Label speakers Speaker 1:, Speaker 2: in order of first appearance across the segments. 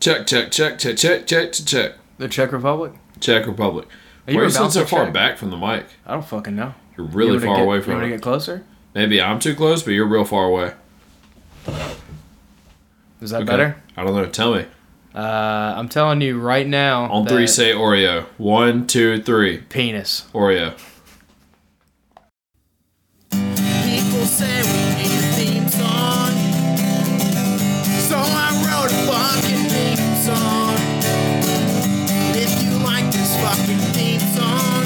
Speaker 1: Check, check, check, check, check, check, check, check.
Speaker 2: The Czech Republic?
Speaker 1: Czech Republic.
Speaker 2: Are you
Speaker 1: Where are you sitting
Speaker 2: about
Speaker 1: so
Speaker 2: to
Speaker 1: far
Speaker 2: check?
Speaker 1: back from the mic?
Speaker 2: I don't fucking know.
Speaker 1: You're
Speaker 2: You
Speaker 1: really
Speaker 2: wanna
Speaker 1: far
Speaker 2: get-
Speaker 1: away
Speaker 2: You
Speaker 1: from
Speaker 2: wanna
Speaker 1: it.
Speaker 2: get closer?
Speaker 1: Maybe I'm too close, but you're real far away.
Speaker 2: Is that
Speaker 1: Okay.
Speaker 2: better?
Speaker 1: I don't know. Tell me.
Speaker 2: Uh, I'm telling you right now.
Speaker 1: On three,
Speaker 2: that
Speaker 1: say Oreo. One, two, three.
Speaker 2: penis.
Speaker 1: Oreo.
Speaker 3: People say we need a theme song. So I wrote a fucking theme song. And if you like this fucking theme song,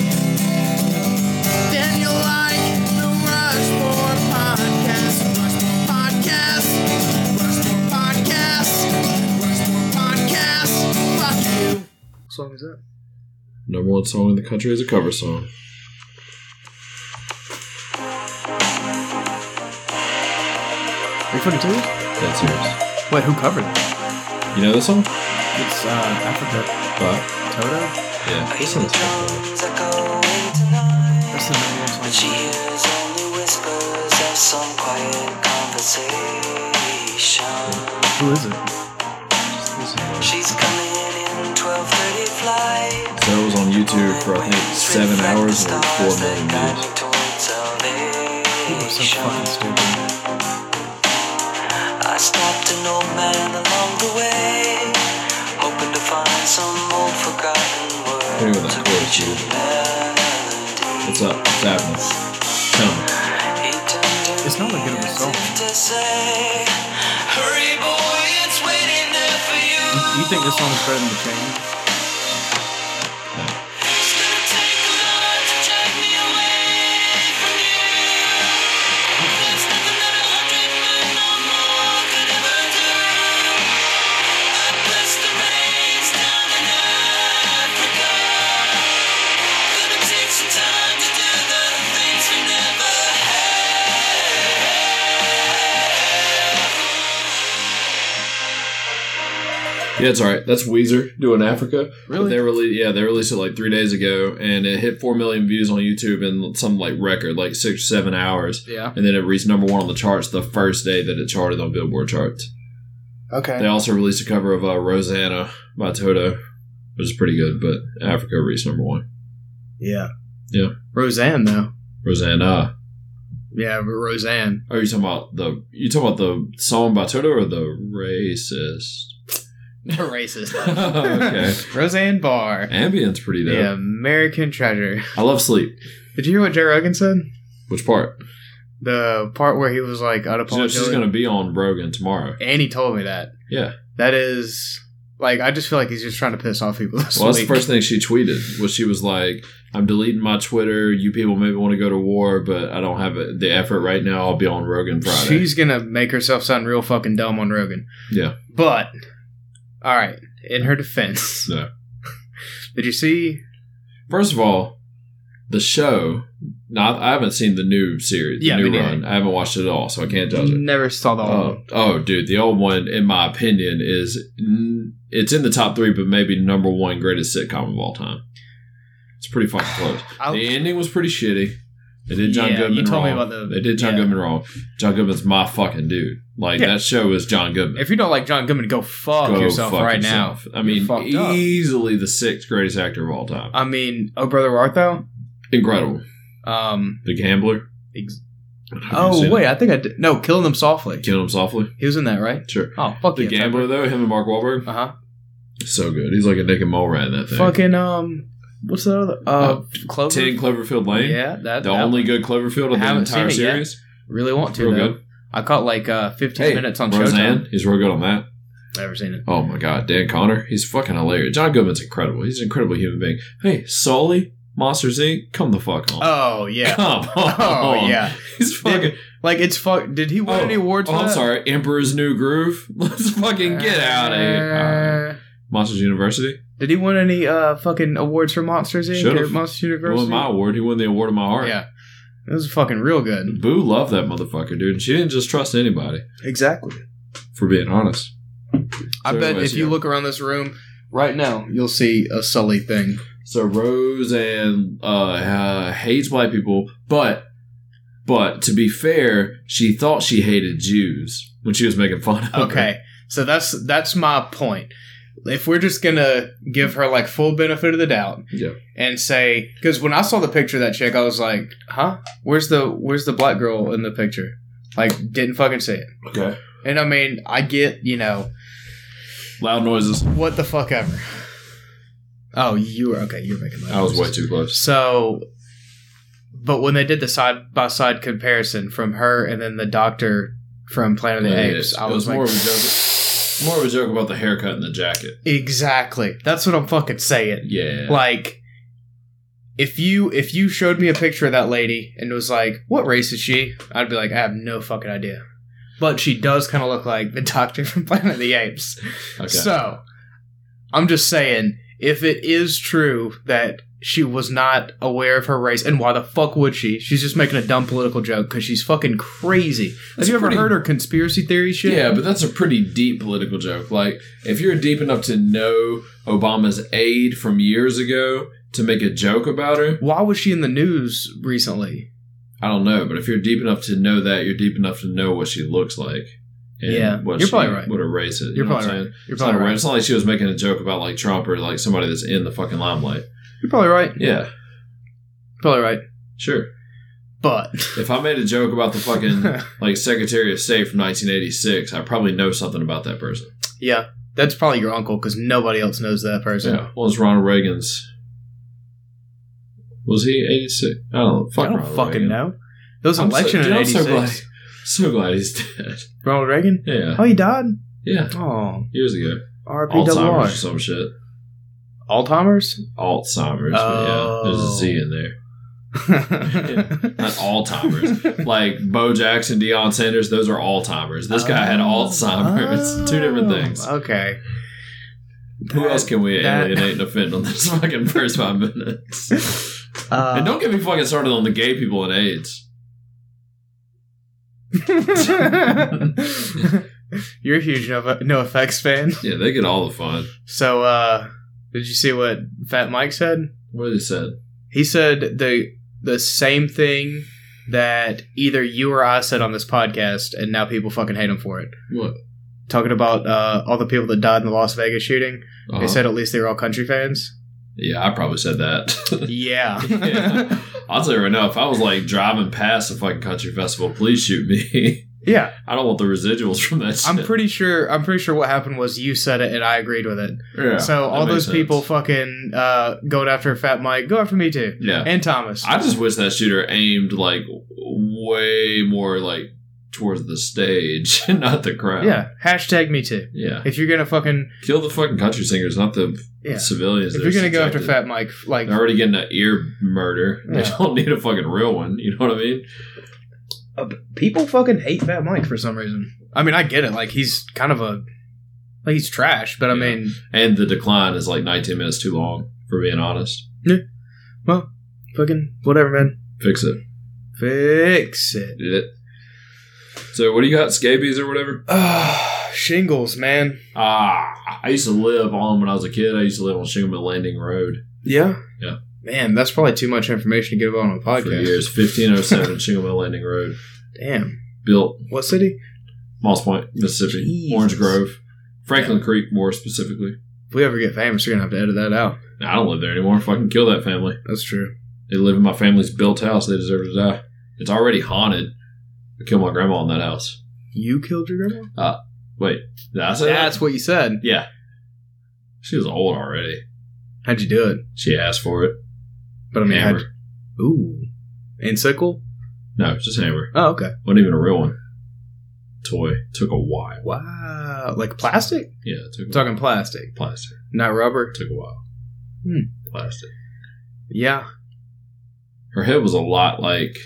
Speaker 3: then you'll like the Rushmore podcast. Rushmore podcast. Rushmore podcast. Rushmore podcast. Fuck you.
Speaker 2: What song is that?
Speaker 1: Number one song in the country is a cover song.
Speaker 2: Are you fucking serious?
Speaker 1: That's yours.
Speaker 2: Wait, who covered it?
Speaker 1: You know this song?
Speaker 2: It's uh, I
Speaker 1: But,
Speaker 2: forgot. Toto.
Speaker 1: yeah. This song's fucking-
Speaker 2: That's the number one song. Who is it?
Speaker 4: She's coming in 12:30 flight.
Speaker 1: So it was on YouTube for, I think, seven hours and like, four million views.
Speaker 2: People are so fucking stupid.
Speaker 4: I stopped an old man along the way, hoping to find some old forgotten
Speaker 1: Hit me with
Speaker 4: word to
Speaker 1: that
Speaker 4: reach
Speaker 1: chorus,
Speaker 4: a
Speaker 1: dude.
Speaker 4: melody.
Speaker 1: What's up? What's happening? Tell me.
Speaker 4: He turned to
Speaker 2: It's not that good of a
Speaker 4: me
Speaker 2: song.
Speaker 4: as if to say, Hurry, boy, it's waiting there for you.
Speaker 2: Do you think this song's better than the chain?
Speaker 4: It's gonna take a lot to take me away from you. There's nothing that a hundred men no more could ever do. I bless the rains down in Africa. Gonna take some time to do the things we never
Speaker 1: Yeah, it's all right. That's Weezer doing Africa. But
Speaker 2: Really?
Speaker 1: They released, yeah, they released it like three days ago, and it hit four million views on YouTube in some like record, like six or seven hours,
Speaker 2: Yeah.
Speaker 1: and then it reached number one on the charts the first day that it charted on Billboard charts. They
Speaker 2: Okay.
Speaker 1: also released a cover of uh, Rosanna by Toto, which is pretty good, but Africa reached number one.
Speaker 2: Yeah.
Speaker 1: Yeah.
Speaker 2: Roseanne though.
Speaker 1: Rosanna.
Speaker 2: Yeah, but Roseanne.
Speaker 1: Are you talking about the you talking about the song by Toto or the racist?
Speaker 2: They're racist.
Speaker 1: Okay.
Speaker 2: Roseanne Barr.
Speaker 1: Ambient's pretty dope.
Speaker 2: The American Treasure.
Speaker 1: I love sleep.
Speaker 2: Did you hear what Joe Rogan said?
Speaker 1: Which part?
Speaker 2: The part where he was like
Speaker 1: You know,
Speaker 2: unapologetic.
Speaker 1: she's gonna be on Brogan tomorrow.
Speaker 2: And he told me that.
Speaker 1: Yeah.
Speaker 2: That is like I just feel like he's just trying to piss off people. This
Speaker 1: Well, that's the
Speaker 2: week.
Speaker 1: first thing she tweeted was she was like, "I'm deleting my Twitter. You people maybe want to go to war, but I don't have the effort right now. I'll be on Rogan Friday."
Speaker 2: She's gonna make herself sound real fucking dumb on Rogan.
Speaker 1: Yeah.
Speaker 2: But all right, in her defense,
Speaker 1: No.
Speaker 2: did you see?
Speaker 1: First of all, the show. Not I haven't seen the new series, the
Speaker 2: Yeah,
Speaker 1: new
Speaker 2: me neither.
Speaker 1: run. I haven't watched it at all, so I can't judge it.
Speaker 2: Never saw the whole.
Speaker 1: Oh, oh, dude, the old one, in my opinion, is mm, it's in the top three, but maybe number one greatest sitcom of all time. It's pretty fucking close.
Speaker 2: I-
Speaker 1: the ending was pretty shitty. They did John
Speaker 2: Oh. Yeah,
Speaker 1: Goodman
Speaker 2: you told me
Speaker 1: wrong.
Speaker 2: about the-
Speaker 1: they did John
Speaker 2: yeah.
Speaker 1: Goodman wrong. John Goodman's my fucking dude. Like
Speaker 2: Yeah.
Speaker 1: that show is John Goodman.
Speaker 2: if you don't like John Goodman, go fuck
Speaker 1: Go
Speaker 2: yourself
Speaker 1: fuck
Speaker 2: right
Speaker 1: yourself.
Speaker 2: now.
Speaker 1: I
Speaker 2: You're
Speaker 1: mean,
Speaker 2: fucked up.
Speaker 1: easily the sixth greatest actor of all time.
Speaker 2: I mean, oh brother Wart though.
Speaker 1: Incredible.
Speaker 2: Um.
Speaker 1: The Gambler.
Speaker 2: ex-
Speaker 1: Have you
Speaker 2: oh
Speaker 1: seen
Speaker 2: wait,
Speaker 1: it?
Speaker 2: I think I did. No, killing them softly.
Speaker 1: Killing him softly.
Speaker 2: He was in that, right?
Speaker 1: Sure.
Speaker 2: Oh fuck
Speaker 1: The Gambler though, him and Mark Wahlberg,
Speaker 2: Uh huh.
Speaker 1: so good. He's like a Nick and Mole rat in that thing.
Speaker 2: Fucking um. What's the other? Uh,
Speaker 1: Uh,
Speaker 2: Clover.
Speaker 1: Ten Cloverfield Lane.
Speaker 2: Yeah, that
Speaker 1: the
Speaker 2: that
Speaker 1: only good Cloverfield of the
Speaker 2: Haven't
Speaker 1: entire
Speaker 2: seen it yet.
Speaker 1: series.
Speaker 2: Really want to
Speaker 1: Real
Speaker 2: though.
Speaker 1: good.
Speaker 2: I caught like uh, 15
Speaker 1: Hey,
Speaker 2: minutes on
Speaker 1: Roseanne,
Speaker 2: Showtime.
Speaker 1: he's real good on that.
Speaker 2: Never seen it.
Speaker 1: Oh my god, Dan Connor, he's fucking hilarious. John Goodman's incredible. He's an incredible human being. Hey, Sully, Monsters Inc., come the fuck on.
Speaker 2: Oh yeah.
Speaker 1: Come on.
Speaker 2: Oh yeah.
Speaker 1: He's fucking.
Speaker 2: Like it's fuck. Did he win
Speaker 1: Oh,
Speaker 2: any awards?
Speaker 1: Oh,
Speaker 2: for
Speaker 1: I'm
Speaker 2: that?
Speaker 1: sorry. Emperor's New Groove. Let's fucking get out of here. All right.
Speaker 2: Uh,
Speaker 1: Monsters University.
Speaker 2: Did he win any uh fucking awards for Monsters Inc.
Speaker 1: Should've.
Speaker 2: or Monsters
Speaker 1: He won
Speaker 2: University?
Speaker 1: my award. He won the award of my heart.
Speaker 2: yeah. It was fucking real good.
Speaker 1: Boo loved that motherfucker, dude. And she didn't just trust anybody,
Speaker 2: Exactly.
Speaker 1: for being honest.
Speaker 2: I
Speaker 1: So
Speaker 2: bet
Speaker 1: anyways,
Speaker 2: if you
Speaker 1: yeah.
Speaker 2: look around this room right now, you'll see a Sully thing.
Speaker 1: So Rose and uh, uh, hates black people, but but to be fair, she thought she hated Jews when she was making fun of. her.
Speaker 2: Okay. So that's that's my point. if we're just gonna give her like full benefit of the doubt
Speaker 1: Yeah.
Speaker 2: and say because when I saw the picture of that chick, I was like, huh? Where's the where's the black girl in the picture? Like, didn't fucking see it.
Speaker 1: Okay.
Speaker 2: And I mean, I get you know
Speaker 1: Loud noises.
Speaker 2: what the fuck ever. Oh, you were okay. You were making that.
Speaker 1: I was way too close.
Speaker 2: So, but when they did the side by side comparison from her and then the doctor from Planet of the
Speaker 1: Yeah, it
Speaker 2: Apes,
Speaker 1: is.
Speaker 2: I
Speaker 1: It
Speaker 2: was,
Speaker 1: was more
Speaker 2: like,
Speaker 1: of a More of a joke about the haircut and the jacket.
Speaker 2: exactly. That's what I'm fucking saying.
Speaker 1: Yeah.
Speaker 2: Like, if you if you showed me a picture of that lady and was like, "What race is she?" I'd be like, "I have no fucking idea." But she does kind of look like the doctor from Planet of the Apes.
Speaker 1: okay.
Speaker 2: So, I'm just saying, if it is true that she was not aware of her race, and why the fuck would she? She's just making a dumb political joke because she's fucking crazy.
Speaker 1: That's
Speaker 2: Have you ever
Speaker 1: pretty-
Speaker 2: heard her conspiracy theory shit?
Speaker 1: Yeah, but that's a pretty deep political joke. Like, if you're deep enough to know Obama's aide from years ago to make a joke about her,
Speaker 2: Why was she in the news recently?
Speaker 1: I don't know. But if you're deep enough to know that, you're deep enough to know what she looks like.
Speaker 2: Yeah,
Speaker 1: what
Speaker 2: you're
Speaker 1: she,
Speaker 2: probably right.
Speaker 1: What her race is. you
Speaker 2: You're
Speaker 1: know
Speaker 2: probably
Speaker 1: what I'm
Speaker 2: right.
Speaker 1: saying?
Speaker 2: You're
Speaker 1: It's not,
Speaker 2: probably
Speaker 1: a-
Speaker 2: right.
Speaker 1: it's not like she was making a joke about like Trump or like somebody that's in the fucking limelight.
Speaker 2: You're probably right.
Speaker 1: Yeah,
Speaker 2: Probably right.
Speaker 1: sure.
Speaker 2: But
Speaker 1: If I made a joke about the fucking like Secretary of State from 1986, I probably know something about that person.
Speaker 2: yeah, that's probably your uncle because nobody else knows that person.
Speaker 1: Yeah. What was Ronald Reagan's? Was he 86? I don't know. Fuck
Speaker 2: I don't
Speaker 1: Ronald
Speaker 2: fucking
Speaker 1: Reagan.
Speaker 2: know. There was an
Speaker 1: I'm so-
Speaker 2: election
Speaker 1: dude,
Speaker 2: in
Speaker 1: I'm so
Speaker 2: '86.
Speaker 1: glad- So glad he's dead.
Speaker 2: Ronald Reagan.
Speaker 1: Yeah.
Speaker 2: Oh, he died.
Speaker 1: Yeah.
Speaker 2: Oh,
Speaker 1: Years ago. Alzheimer's or
Speaker 2: R.P.W.R.
Speaker 1: some shit.
Speaker 2: Alzheimer's.
Speaker 1: Alzheimer's. But yeah. There's a Z
Speaker 2: Oh.
Speaker 1: in there. Not Alzheimer's. like Bo Jackson, Deion Sanders, those are Alzheimer's. This guy had
Speaker 2: Oh.
Speaker 1: Alzheimer's. Two different things.
Speaker 2: Oh, Okay.
Speaker 1: Who else can we
Speaker 2: that-
Speaker 1: alienate and offend on this fucking first five minutes?
Speaker 2: Uh,
Speaker 1: and don't get me fucking started on the gay people and AIDS.
Speaker 2: You're a huge no, no effects fan.
Speaker 1: Yeah, they get all the fun.
Speaker 2: So, uh, did you see what Fat Mike said?
Speaker 1: What did he said?
Speaker 2: He said the the same thing that either you or I said on this podcast, and now people fucking hate him for it.
Speaker 1: What?
Speaker 2: Talking about uh, all the people that died in the Las Vegas shooting,
Speaker 1: Uh-huh.
Speaker 2: they said at least they were all country fans.
Speaker 1: yeah, I probably said that.
Speaker 2: Yeah.
Speaker 1: Yeah. I'll tell you right now, if I was like driving past a fucking country festival, please shoot me.
Speaker 2: yeah.
Speaker 1: I don't want the residuals from that shit.
Speaker 2: I'm pretty sure. I'm pretty sure what happened was you said it and I agreed with it.
Speaker 1: Yeah,
Speaker 2: so all
Speaker 1: that makes
Speaker 2: those people
Speaker 1: sense.
Speaker 2: fucking uh, going after Fat Mike, go after me too,
Speaker 1: Yeah.
Speaker 2: and Thomas.
Speaker 1: I just wish that shooter aimed like way more like towards the stage and not the crowd.
Speaker 2: yeah, hashtag me too.
Speaker 1: Yeah.
Speaker 2: If you're gonna fucking
Speaker 1: Kill the fucking country singers, not the
Speaker 2: yeah,
Speaker 1: civilians.
Speaker 2: if
Speaker 1: that
Speaker 2: you're gonna
Speaker 1: are
Speaker 2: go after
Speaker 1: subjected.
Speaker 2: Fat Mike, like
Speaker 1: They're already getting an ear murder. They
Speaker 2: Yeah.
Speaker 1: don't need a fucking real one. You know what I mean?
Speaker 2: uh, people fucking hate Fat Mike for some reason. I mean, I get it. Like he's kind of a like he's trash, but I
Speaker 1: Yeah.
Speaker 2: mean,
Speaker 1: And the decline is like 19 minutes too long, for being honest.
Speaker 2: fucking whatever, man.
Speaker 1: Fix it.
Speaker 2: Fix it.
Speaker 1: Did it. So, what do you got? Scabies or whatever?
Speaker 2: Ah, shingles, man.
Speaker 1: Ah, I used to live on when I was a kid. I used to live on Shingle Landing Road
Speaker 2: Yeah.
Speaker 1: Yeah.
Speaker 2: Man, that's probably too much information to give out on a podcast.
Speaker 1: for years. 1507 Shingle Landing Road.
Speaker 2: Damn.
Speaker 1: Built
Speaker 2: What city?
Speaker 1: Moss Point, Mississippi.
Speaker 2: Jesus.
Speaker 1: Orange Grove. Franklin Creek, more specifically.
Speaker 2: If we ever get famous, you're gonna have to edit that out.
Speaker 1: Nah, I don't live there anymore. Fucking kill that family.
Speaker 2: That's true.
Speaker 1: They live in my family's built house. They deserve to die. It's already haunted. I killed my grandma in that house.
Speaker 2: You killed your grandma?
Speaker 1: Wait, did I say
Speaker 2: That's
Speaker 1: that?
Speaker 2: what you said.
Speaker 1: Yeah. She was old already.
Speaker 2: How'd you do it?
Speaker 1: She asked for it.
Speaker 2: But I mean, how'd
Speaker 1: hammer.
Speaker 2: you- ooh, and sickle.
Speaker 1: No, just hammer.
Speaker 2: Oh, okay.
Speaker 1: Wasn't even a real one. Toy. Took a while.
Speaker 2: Wow, like plastic?
Speaker 1: Yeah, it took a
Speaker 2: I'm talking plastic,
Speaker 1: while. Plastic.
Speaker 2: not rubber.
Speaker 1: It took a while.
Speaker 2: Hmm.
Speaker 1: Plastic.
Speaker 2: Yeah.
Speaker 1: Her head was a lot like.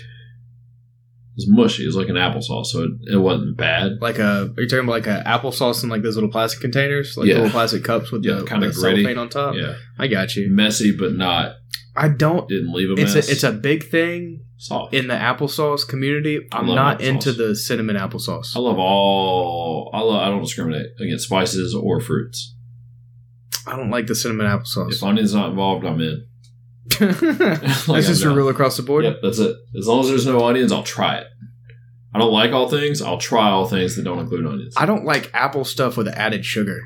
Speaker 1: It was mushy. It was like an applesauce, so it, it wasn't bad.
Speaker 2: Like a, are you talking about like a applesauce in like those little plastic containers, like
Speaker 1: Yeah.
Speaker 2: little plastic cups with
Speaker 1: Yeah,
Speaker 2: the kind
Speaker 1: kinda
Speaker 2: of
Speaker 1: gritty.
Speaker 2: cellophane on top?
Speaker 1: Yeah.
Speaker 2: I got you.
Speaker 1: Messy, but not.
Speaker 2: I don't.
Speaker 1: Didn't leave a
Speaker 2: It's
Speaker 1: mess.
Speaker 2: a, it's a big thing
Speaker 1: soft.
Speaker 2: in the applesauce community.
Speaker 1: I
Speaker 2: I'm
Speaker 1: love
Speaker 2: not
Speaker 1: applesauce.
Speaker 2: into the cinnamon applesauce.
Speaker 1: I love all. I love. I don't discriminate against spices or fruits.
Speaker 2: I don't like the cinnamon
Speaker 1: If
Speaker 2: applesauce.
Speaker 1: onion's not involved, I'm in. Like,
Speaker 2: That's just
Speaker 1: I'm
Speaker 2: a
Speaker 1: not-
Speaker 2: rule across the board.
Speaker 1: Yep, that's it. As long as there's no onions, I'll try it. I don't like all things. I'll try all things that don't include onions.
Speaker 2: I don't like apple stuff with added sugar.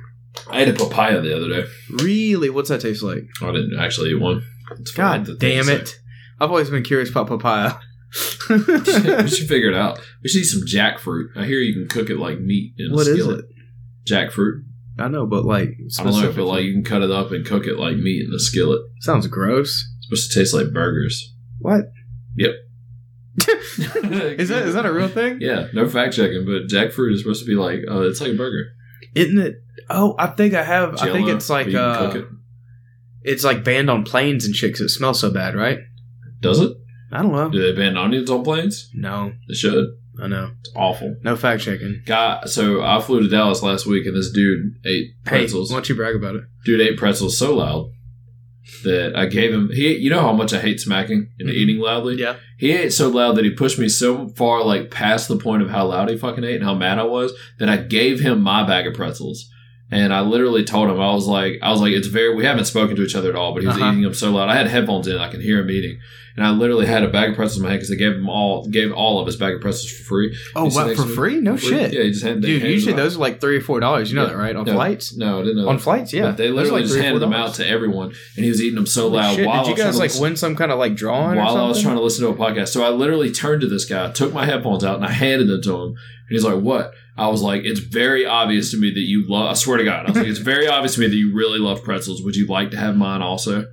Speaker 1: I ate a papaya the other day.
Speaker 2: Really? What's that taste like?
Speaker 1: I didn't actually eat one. It's fine.
Speaker 2: God
Speaker 1: That's
Speaker 2: damn
Speaker 1: what
Speaker 2: it. I've always been curious about papaya.
Speaker 1: they say. we should figure it out. We should eat some jackfruit. I hear you can cook it like meat in
Speaker 2: What
Speaker 1: a
Speaker 2: is
Speaker 1: skillet.
Speaker 2: it?
Speaker 1: Jackfruit.
Speaker 2: I know, but like,
Speaker 1: I don't know if it,
Speaker 2: specifically-
Speaker 1: like you can cut it up and cook it like meat in a skillet.
Speaker 2: sounds gross.
Speaker 1: It's supposed to taste like burgers.
Speaker 2: What is
Speaker 1: is
Speaker 2: that? Is that a real thing?
Speaker 1: Yeah, no fact checking, but jackfruit is supposed to be like uh, it's like a burger.
Speaker 2: Isn't it? Oh, I think I have. I think
Speaker 1: Jello,
Speaker 2: it's like
Speaker 1: you can cook
Speaker 2: uh,
Speaker 1: it.
Speaker 2: it's like banned on planes and shit 'cause it smells so bad, right?
Speaker 1: Does it?
Speaker 2: I don't know.
Speaker 1: Do they ban onions on planes?
Speaker 2: No,
Speaker 1: They should.
Speaker 2: I know.
Speaker 1: It's awful.
Speaker 2: No fact checking.
Speaker 1: Guy, so I flew to Dallas last week, and this dude ate
Speaker 2: Hey,
Speaker 1: pretzels.
Speaker 2: why don't you brag about it?
Speaker 1: dude ate pretzels so loud that I gave him. He, you know how much I hate smacking and
Speaker 2: Mhm.
Speaker 1: eating loudly.
Speaker 2: Yeah.
Speaker 1: He ate so loud that he pushed me so far, like past the point of how loud he fucking ate and how mad I was, that I gave him my bag of pretzels. And I literally told him, I was like, I was like, it's very, we haven't spoken to each other at all, but he was
Speaker 2: Uh-huh.
Speaker 1: eating them so loud. I had headphones in, I can hear him eating. And I literally had a bag of pretzels in my hand because they gave him all, gave all of his bag of pretzels for free.
Speaker 2: Oh,
Speaker 1: sit
Speaker 2: what
Speaker 1: next
Speaker 2: for
Speaker 1: to me.
Speaker 2: free? No
Speaker 1: For free.
Speaker 2: shit,
Speaker 1: Yeah, he just handed
Speaker 2: dude.
Speaker 1: handed them
Speaker 2: Usually
Speaker 1: out.
Speaker 2: those are like three or four dollars. You know
Speaker 1: Yeah.
Speaker 2: that, right? On
Speaker 1: No.
Speaker 2: flights.
Speaker 1: No, I didn't know.
Speaker 2: On
Speaker 1: that.
Speaker 2: flights, yeah.
Speaker 1: But they
Speaker 2: Those are,
Speaker 1: literally
Speaker 2: like,
Speaker 1: just
Speaker 2: three or
Speaker 1: handed them
Speaker 2: $4.
Speaker 1: out to everyone, and he was eating them so
Speaker 2: Holy
Speaker 1: loud
Speaker 2: shit.
Speaker 1: while
Speaker 2: Did
Speaker 1: I
Speaker 2: you
Speaker 1: was
Speaker 2: guys
Speaker 1: trying
Speaker 2: like
Speaker 1: to listen-
Speaker 2: win some kind of like drawing?
Speaker 1: while I was trying
Speaker 2: something?
Speaker 1: to listen to a podcast. So I literally turned to this guy, took my headphones out, and I handed them to him. And he's like, "What?" I was like, "It's very obvious to me that you love." I swear to God, I was like, "It's very obvious to me that you really love pretzels. Would you like to have mine also?"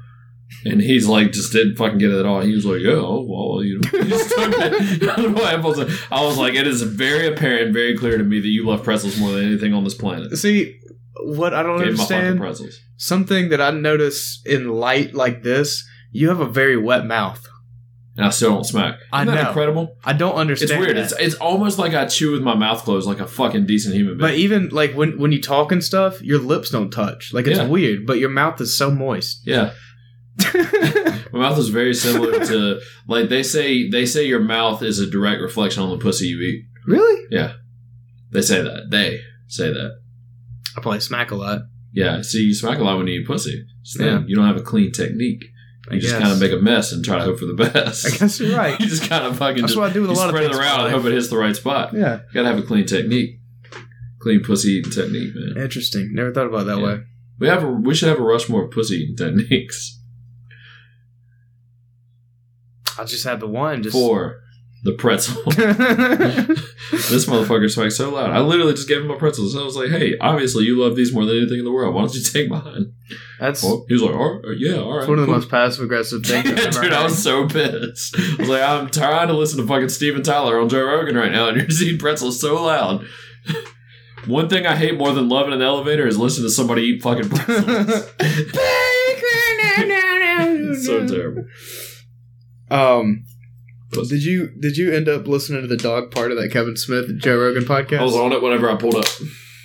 Speaker 1: And he's like, just didn't fucking get it at all. He was like, "Yeah, oh, well, you know." He just took it. I don't know why I was like- I was like, "It is very apparent, very clear to me that you love pretzels more than anything on this planet."
Speaker 2: See what I don't
Speaker 1: Gave him my fucking
Speaker 2: understand.
Speaker 1: pretzels.
Speaker 2: Something that I notice in light like this, you have a very wet mouth.
Speaker 1: and I still don't smack. Isn't
Speaker 2: I
Speaker 1: that
Speaker 2: know.
Speaker 1: incredible?
Speaker 2: I don't
Speaker 1: It's
Speaker 2: understand.
Speaker 1: weird.
Speaker 2: that.
Speaker 1: It's it's almost like I chew with my mouth closed, like a fucking decent human
Speaker 2: but
Speaker 1: being.
Speaker 2: even like when when you talk and stuff, your lips don't touch. Like it's
Speaker 1: Yeah.
Speaker 2: weird, but your mouth is so moist.
Speaker 1: yeah, my mouth is very similar to like they say they say your mouth is a direct reflection on the pussy you eat.
Speaker 2: really?
Speaker 1: They say that they say that.
Speaker 2: I probably smack a lot.
Speaker 1: Yeah, see, you smack a lot when you eat pussy. So then
Speaker 2: Yeah.
Speaker 1: you don't have a clean technique.
Speaker 2: I
Speaker 1: You just
Speaker 2: guess.
Speaker 1: kind of make a mess and try to hope for the best.
Speaker 2: I guess you're right.
Speaker 1: you just kind of fucking
Speaker 2: That's
Speaker 1: just
Speaker 2: what I do with a
Speaker 1: you
Speaker 2: lot of
Speaker 1: spread
Speaker 2: things.
Speaker 1: it around and hope it hits the right spot. You
Speaker 2: yeah,
Speaker 1: gotta have a clean technique, clean pussy eating technique, man.
Speaker 2: interesting. Never thought about it that
Speaker 1: Yeah.
Speaker 2: way.
Speaker 1: We have a, we should have a Rushmore of pussy eating techniques
Speaker 2: I just had the one. Just
Speaker 1: for the pretzel. this motherfucker smacks so loud. I literally just gave him my pretzels. I was like, "Hey, obviously you love these more than anything in the world. Why don't you take mine?"
Speaker 2: That's
Speaker 1: Well, he was like, "All right, "Yeah, all right."
Speaker 2: it's one of the
Speaker 1: cool."
Speaker 2: most passive aggressive things. I've
Speaker 1: Yeah,
Speaker 2: ever
Speaker 1: dude, I
Speaker 2: heard.
Speaker 1: was so pissed. I was like, "I'm trying to listen to fucking Steven Tyler on Joe Rogan right now, and you're just eating pretzels so loud." One thing I hate more than loving an elevator is listening to somebody eat fucking pretzels. it's so terrible.
Speaker 2: Um, did you did you end up listening to the dog part of that Kevin Smith and Joe Rogan podcast?
Speaker 1: I was on it whenever I pulled up,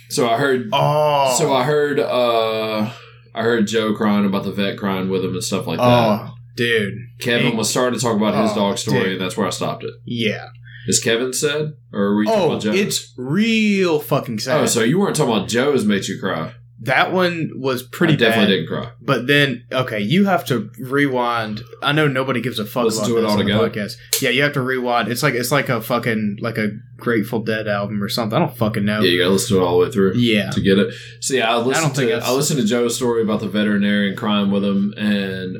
Speaker 1: so I heard
Speaker 2: oh,
Speaker 1: So I heard uh I heard Joe crying about the vet crying with him and stuff like that.
Speaker 2: oh, dude,
Speaker 1: Kevin was starting to talk about his
Speaker 2: Oh,
Speaker 1: dog story
Speaker 2: dude.
Speaker 1: and that's where I stopped it.
Speaker 2: yeah.
Speaker 1: Is Kevin said? Or were you talking
Speaker 2: Oh,
Speaker 1: about Joe?
Speaker 2: it's real fucking sad.
Speaker 1: Oh, so you weren't talking about Joe's makes you cry.
Speaker 2: that one was pretty
Speaker 1: I definitely
Speaker 2: bad.
Speaker 1: didn't cry.
Speaker 2: But then, okay, you have to rewind. I know nobody gives a fuck
Speaker 1: Listen
Speaker 2: about
Speaker 1: to it
Speaker 2: this
Speaker 1: all
Speaker 2: on the
Speaker 1: together?
Speaker 2: podcast. Yeah, you have to rewind. It's like it's like a fucking like a Grateful Dead album or something. I don't fucking know.
Speaker 1: Yeah, you gotta listen to it all the way through.
Speaker 2: Yeah.
Speaker 1: to get it. See, I listened
Speaker 2: don't think
Speaker 1: to
Speaker 2: that's-
Speaker 1: I listened to Joe's story about the veterinarian crying with him, and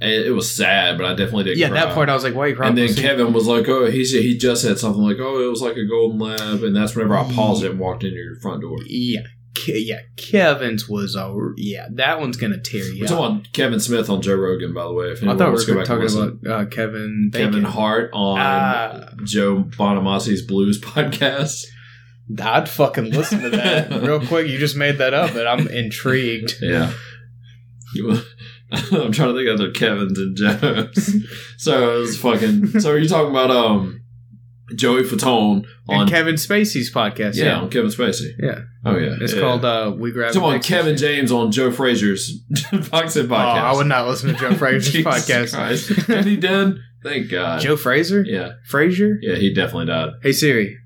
Speaker 1: it it was sad, but I definitely didn't.
Speaker 2: Yeah,
Speaker 1: cry.
Speaker 2: that part I was like, why are you crying?
Speaker 1: And then
Speaker 2: See-
Speaker 1: Kevin was like, "Oh, he said he just said something like, oh, it was like a golden lab,' and that's whenever I
Speaker 2: Mm.
Speaker 1: paused it and walked into your front door.
Speaker 2: Yeah, Ke- yeah, Kevin's was a yeah. That one's gonna tear you.
Speaker 1: We're
Speaker 2: up.
Speaker 1: talking about Kevin Smith on Joe Rogan, by the way. If
Speaker 2: I
Speaker 1: anyone
Speaker 2: thought
Speaker 1: wants
Speaker 2: we
Speaker 1: to go
Speaker 2: were
Speaker 1: back and
Speaker 2: talking
Speaker 1: listen.
Speaker 2: about uh, Kevin. Bacon.
Speaker 1: Kevin Hart on
Speaker 2: Ah.
Speaker 1: Joe Bonamassi's Blues podcast.
Speaker 2: Uh, I'd fucking listen to that real quick. You just made that up, but I'm intrigued.
Speaker 1: Yeah. I'm trying to think of other Kevins and Joes. so it was fucking. So you're talking about um Joey Fatone on
Speaker 2: and Kevin Spacey's podcast.
Speaker 1: yeah,
Speaker 2: Yeah,
Speaker 1: on Kevin Spacey.
Speaker 2: Yeah.
Speaker 1: Oh yeah.
Speaker 2: it's
Speaker 1: yeah.
Speaker 2: called uh, We Grab.
Speaker 1: Come on,
Speaker 2: Next-
Speaker 1: Kevin James on Joe Frazier's boxing podcast.
Speaker 2: Oh, I would not listen to Joe Frazier's
Speaker 1: Jesus
Speaker 2: podcast.
Speaker 1: Christ. And he did. Thank God.
Speaker 2: Joe Fraser,
Speaker 1: Yeah,
Speaker 2: Fraser.
Speaker 1: yeah, he definitely died.
Speaker 2: Hey Siri,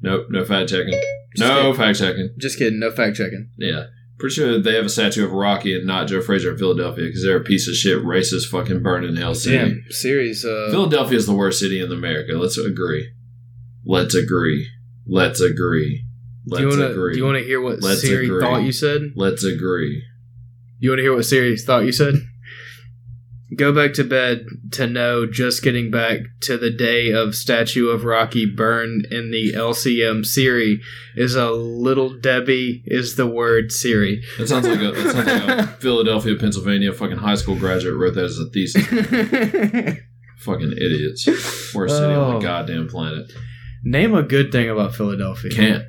Speaker 1: Nope, no fact checking.
Speaker 2: Just
Speaker 1: No
Speaker 2: kidding.
Speaker 1: fact checking.
Speaker 2: just kidding. No fact checking.
Speaker 1: Yeah. Pretty sure they have a statue of Rocky and not Joe Frazier in Philadelphia because they're a piece of shit, racist, fucking burning hell city.
Speaker 2: Damn, Siri's. Uh,
Speaker 1: Philadelphia is the worst city in America. Let's agree. Let's agree. Let's agree. Let's
Speaker 2: do you wanna
Speaker 1: agree.
Speaker 2: do you wanna hear what
Speaker 1: Let's
Speaker 2: Siri
Speaker 1: agree.
Speaker 2: thought you said?
Speaker 1: Let's agree.
Speaker 2: You wanna hear what Siri thought you said? Go back to bed to know just getting back to the day of statue of Rocky burn in the LCM Siri is a little Debbie is the word Siri.
Speaker 1: That sounds like a, that sounds like a Philadelphia, Pennsylvania fucking high school graduate wrote that as a thesis. fucking idiots. Worst city on
Speaker 2: Oh.
Speaker 1: the goddamn planet.
Speaker 2: Name a good thing about Philadelphia.
Speaker 1: Can't.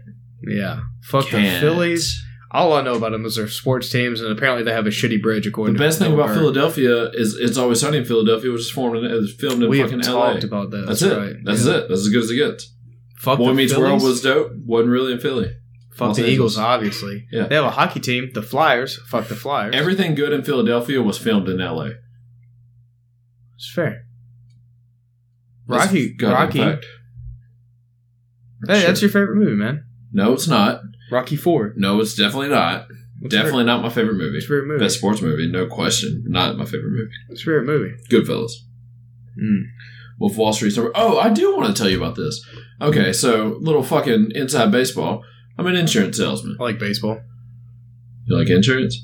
Speaker 2: Yeah. Fuck
Speaker 1: can't.
Speaker 2: the Phillies. All I know about them is their sports teams, and apparently they have a shitty bridge.
Speaker 1: The
Speaker 2: According to
Speaker 1: best thing
Speaker 2: Bill
Speaker 1: about
Speaker 2: Burr.
Speaker 1: Philadelphia is it's always sunny in Philadelphia, which is formed in, it was filmed in
Speaker 2: we have
Speaker 1: fucking LA.
Speaker 2: talked about that.
Speaker 1: That's,
Speaker 2: That's,
Speaker 1: it.
Speaker 2: right.
Speaker 1: That's
Speaker 2: Yeah.
Speaker 1: it. That's as good as it gets.
Speaker 2: Fuck
Speaker 1: Boy
Speaker 2: the
Speaker 1: Meets
Speaker 2: Phillies.
Speaker 1: World was dope. Wasn't really in Philly.
Speaker 2: fuck
Speaker 1: Los
Speaker 2: the
Speaker 1: Angeles.
Speaker 2: Eagles, obviously.
Speaker 1: Yeah.
Speaker 2: They have a hockey team, the Flyers. Fuck the Flyers.
Speaker 1: Everything good in Philadelphia was filmed in LA.
Speaker 2: it's fair.
Speaker 1: That's
Speaker 2: Rocky,
Speaker 1: goddamn
Speaker 2: Rocky.
Speaker 1: fact.
Speaker 2: Hey, that's your favorite movie, man.
Speaker 1: No, it's not.
Speaker 2: Rocky Four.
Speaker 1: No, it's definitely not.
Speaker 2: What's your-
Speaker 1: definitely not my favorite movie.
Speaker 2: What's your favorite movie?
Speaker 1: Best sports movie, no question. Not my favorite movie.
Speaker 2: What's your favorite movie?
Speaker 1: Goodfellas.
Speaker 2: Mm.
Speaker 1: Wolf of Wall Street. So, oh, I do want to tell you about this. Okay, so little fucking inside baseball. I'm an insurance salesman.
Speaker 2: I like baseball.
Speaker 1: You like insurance?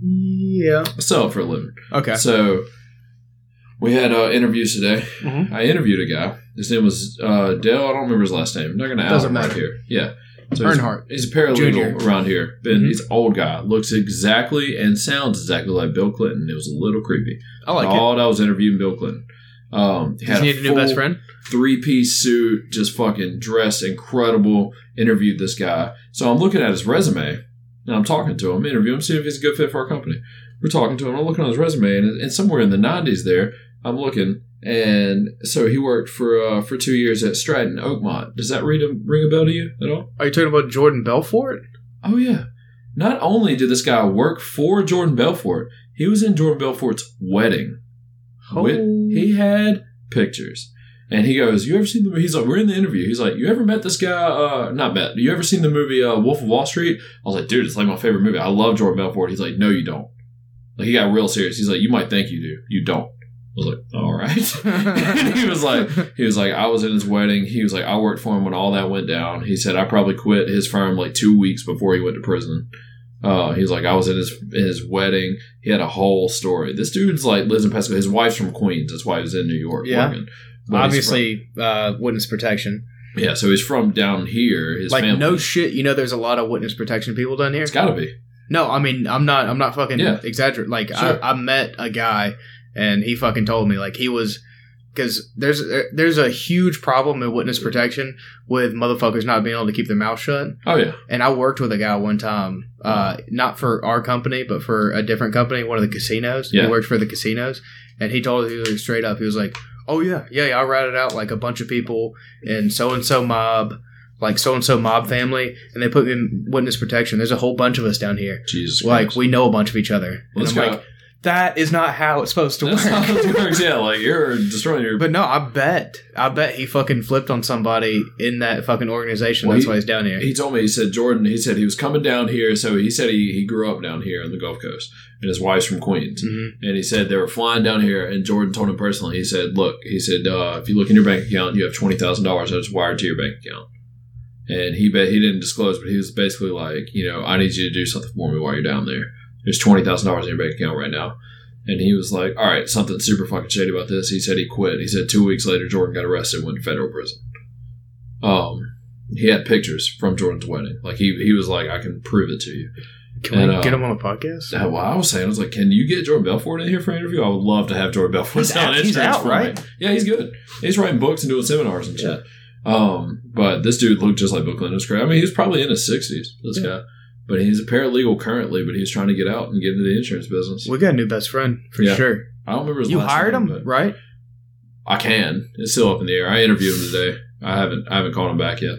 Speaker 2: Yeah.
Speaker 1: I sell it for a living.
Speaker 2: Okay.
Speaker 1: So we had uh, interviews today.
Speaker 2: Mhm.
Speaker 1: I interviewed a guy. His name was uh, Dale. I don't remember his last name. I'm not going to out
Speaker 2: Doesn't
Speaker 1: him right
Speaker 2: matter.
Speaker 1: here. Yeah. So he's-
Speaker 2: Earnhart.
Speaker 1: He's, a paralegal
Speaker 2: Junior.
Speaker 1: around here. Been
Speaker 2: Mhm.
Speaker 1: he's an old guy. Looks exactly and sounds exactly like Bill Clinton. It was a little creepy.
Speaker 2: I like it.
Speaker 1: All I was interviewing Bill Clinton. Um, he
Speaker 2: Does
Speaker 1: had
Speaker 2: he need a new
Speaker 1: full-
Speaker 2: best friend?
Speaker 1: three piece suit, just fucking dressed incredible. Interviewed this guy. So I'm looking at his resume and I'm talking to him, interview him, see if he's a good fit for our company. We're talking to him. I'm looking on his resume and, and somewhere in the 90s there, I'm looking. And so he worked for uh, for two years at Stratton Oakmont. Does that read a, ring a bell to you at all?
Speaker 2: Are you talking about Jordan Belfort?
Speaker 1: Oh yeah. Not only did this guy work for Jordan Belfort, he was in Jordan Belfort's wedding. With- he had pictures. And he goes, You ever seen the movie? He's like, We're in the interview. He's like, You ever met this guy? Uh, not met. You ever seen the movie uh, Wolf of Wall Street? I was like, Dude, it's like my favorite movie. I love Jordan Belfort. He's like, No, you don't. Like, he got real serious. He's like, You might think you do. You don't. I was like, All right. and he was like, he was like, I was at his wedding. He was like, I worked for him when all that went down. He said I probably quit his firm like two weeks before he went to prison. Uh, he was like, I was at his his wedding. He had a whole story. This dude's like lives in Pasco. His wife's from Queens. That's why he was in New York
Speaker 2: Yeah.
Speaker 1: working. But he's
Speaker 2: Obviously, uh, witness protection.
Speaker 1: from- yeah. So he's from down here. His
Speaker 2: like
Speaker 1: family.
Speaker 2: no shit, you know, there's a lot of witness protection people down here.
Speaker 1: it's got to be.
Speaker 2: No, I mean, I'm not. I'm not fucking
Speaker 1: Yeah.
Speaker 2: exaggerating. Like,
Speaker 1: Sure.
Speaker 2: I, I met a guy, and he fucking told me like he was because there's there's a huge problem in witness protection with motherfuckers not being able to keep their mouth shut.
Speaker 1: Oh yeah.
Speaker 2: And I worked with a guy one time, uh, not for our company, but for a different company, one of the casinos.
Speaker 1: Yeah.
Speaker 2: He worked for the casinos, and he told he was straight up. He was like, "Oh yeah, yeah, yeah I ratted out like a bunch of people and so and so mob, like so and so mob family, and they put me in witness protection. There's a whole bunch of us down here.
Speaker 1: Jesus.
Speaker 2: Like
Speaker 1: Christ.
Speaker 2: we know a bunch of each other. And
Speaker 1: Let's
Speaker 2: I'm
Speaker 1: go.
Speaker 2: like, that is not how it's supposed to
Speaker 1: That's not how it
Speaker 2: work.
Speaker 1: works. Yeah. Like you're destroying your.
Speaker 2: But no, I bet, I bet he fucking flipped on somebody in that fucking organization.
Speaker 1: Well,
Speaker 2: That's
Speaker 1: he-
Speaker 2: why he's down here.
Speaker 1: He told me, he said, Jordan, he said he was coming down here. So he said he, he grew up down here on the Gulf Coast and his wife's from Queens.
Speaker 2: Mhm.
Speaker 1: And he said they were flying down here, and Jordan told him personally. He said, "Look, he said uh, if you look in your bank account, you have twenty thousand dollars that is wired to your bank account." And he bet he didn't disclose, but he was basically like, you know, I need you to do something for me while you're down there. There's twenty thousand dollars in your bank account right now. And he was like, all right, something super fucking shady about this. He said he quit. He said two weeks later, Jordan got arrested, and went to federal prison. Um, he had pictures from Jordan's wedding. Like he he was like, I can prove it to you.
Speaker 2: Can
Speaker 1: And,
Speaker 2: we
Speaker 1: uh,
Speaker 2: get him on a podcast?
Speaker 1: Uh, well, I was saying, I was like, can you get Jordan Belfort in here for an interview? I would love to have Jordan Belfort
Speaker 2: He's
Speaker 1: down
Speaker 2: out-
Speaker 1: in
Speaker 2: he's
Speaker 1: insurance
Speaker 2: out,
Speaker 1: for
Speaker 2: right?
Speaker 1: me. Yeah, he's good. He's writing books and doing seminars and shit. Um, but this dude looked just like Bill Clinton. It was crazy. I mean, he was probably in his sixties. This guy, but he's a paralegal currently. But he's trying to get out and get into the insurance business.
Speaker 2: We got a new best friend for
Speaker 1: Yeah.
Speaker 2: sure.
Speaker 1: I don't remember his.
Speaker 2: You
Speaker 1: last
Speaker 2: hired
Speaker 1: name,
Speaker 2: him,
Speaker 1: but
Speaker 2: right?
Speaker 1: I can. It's still up in the air. I interviewed him today. I haven't. I haven't called him back yet.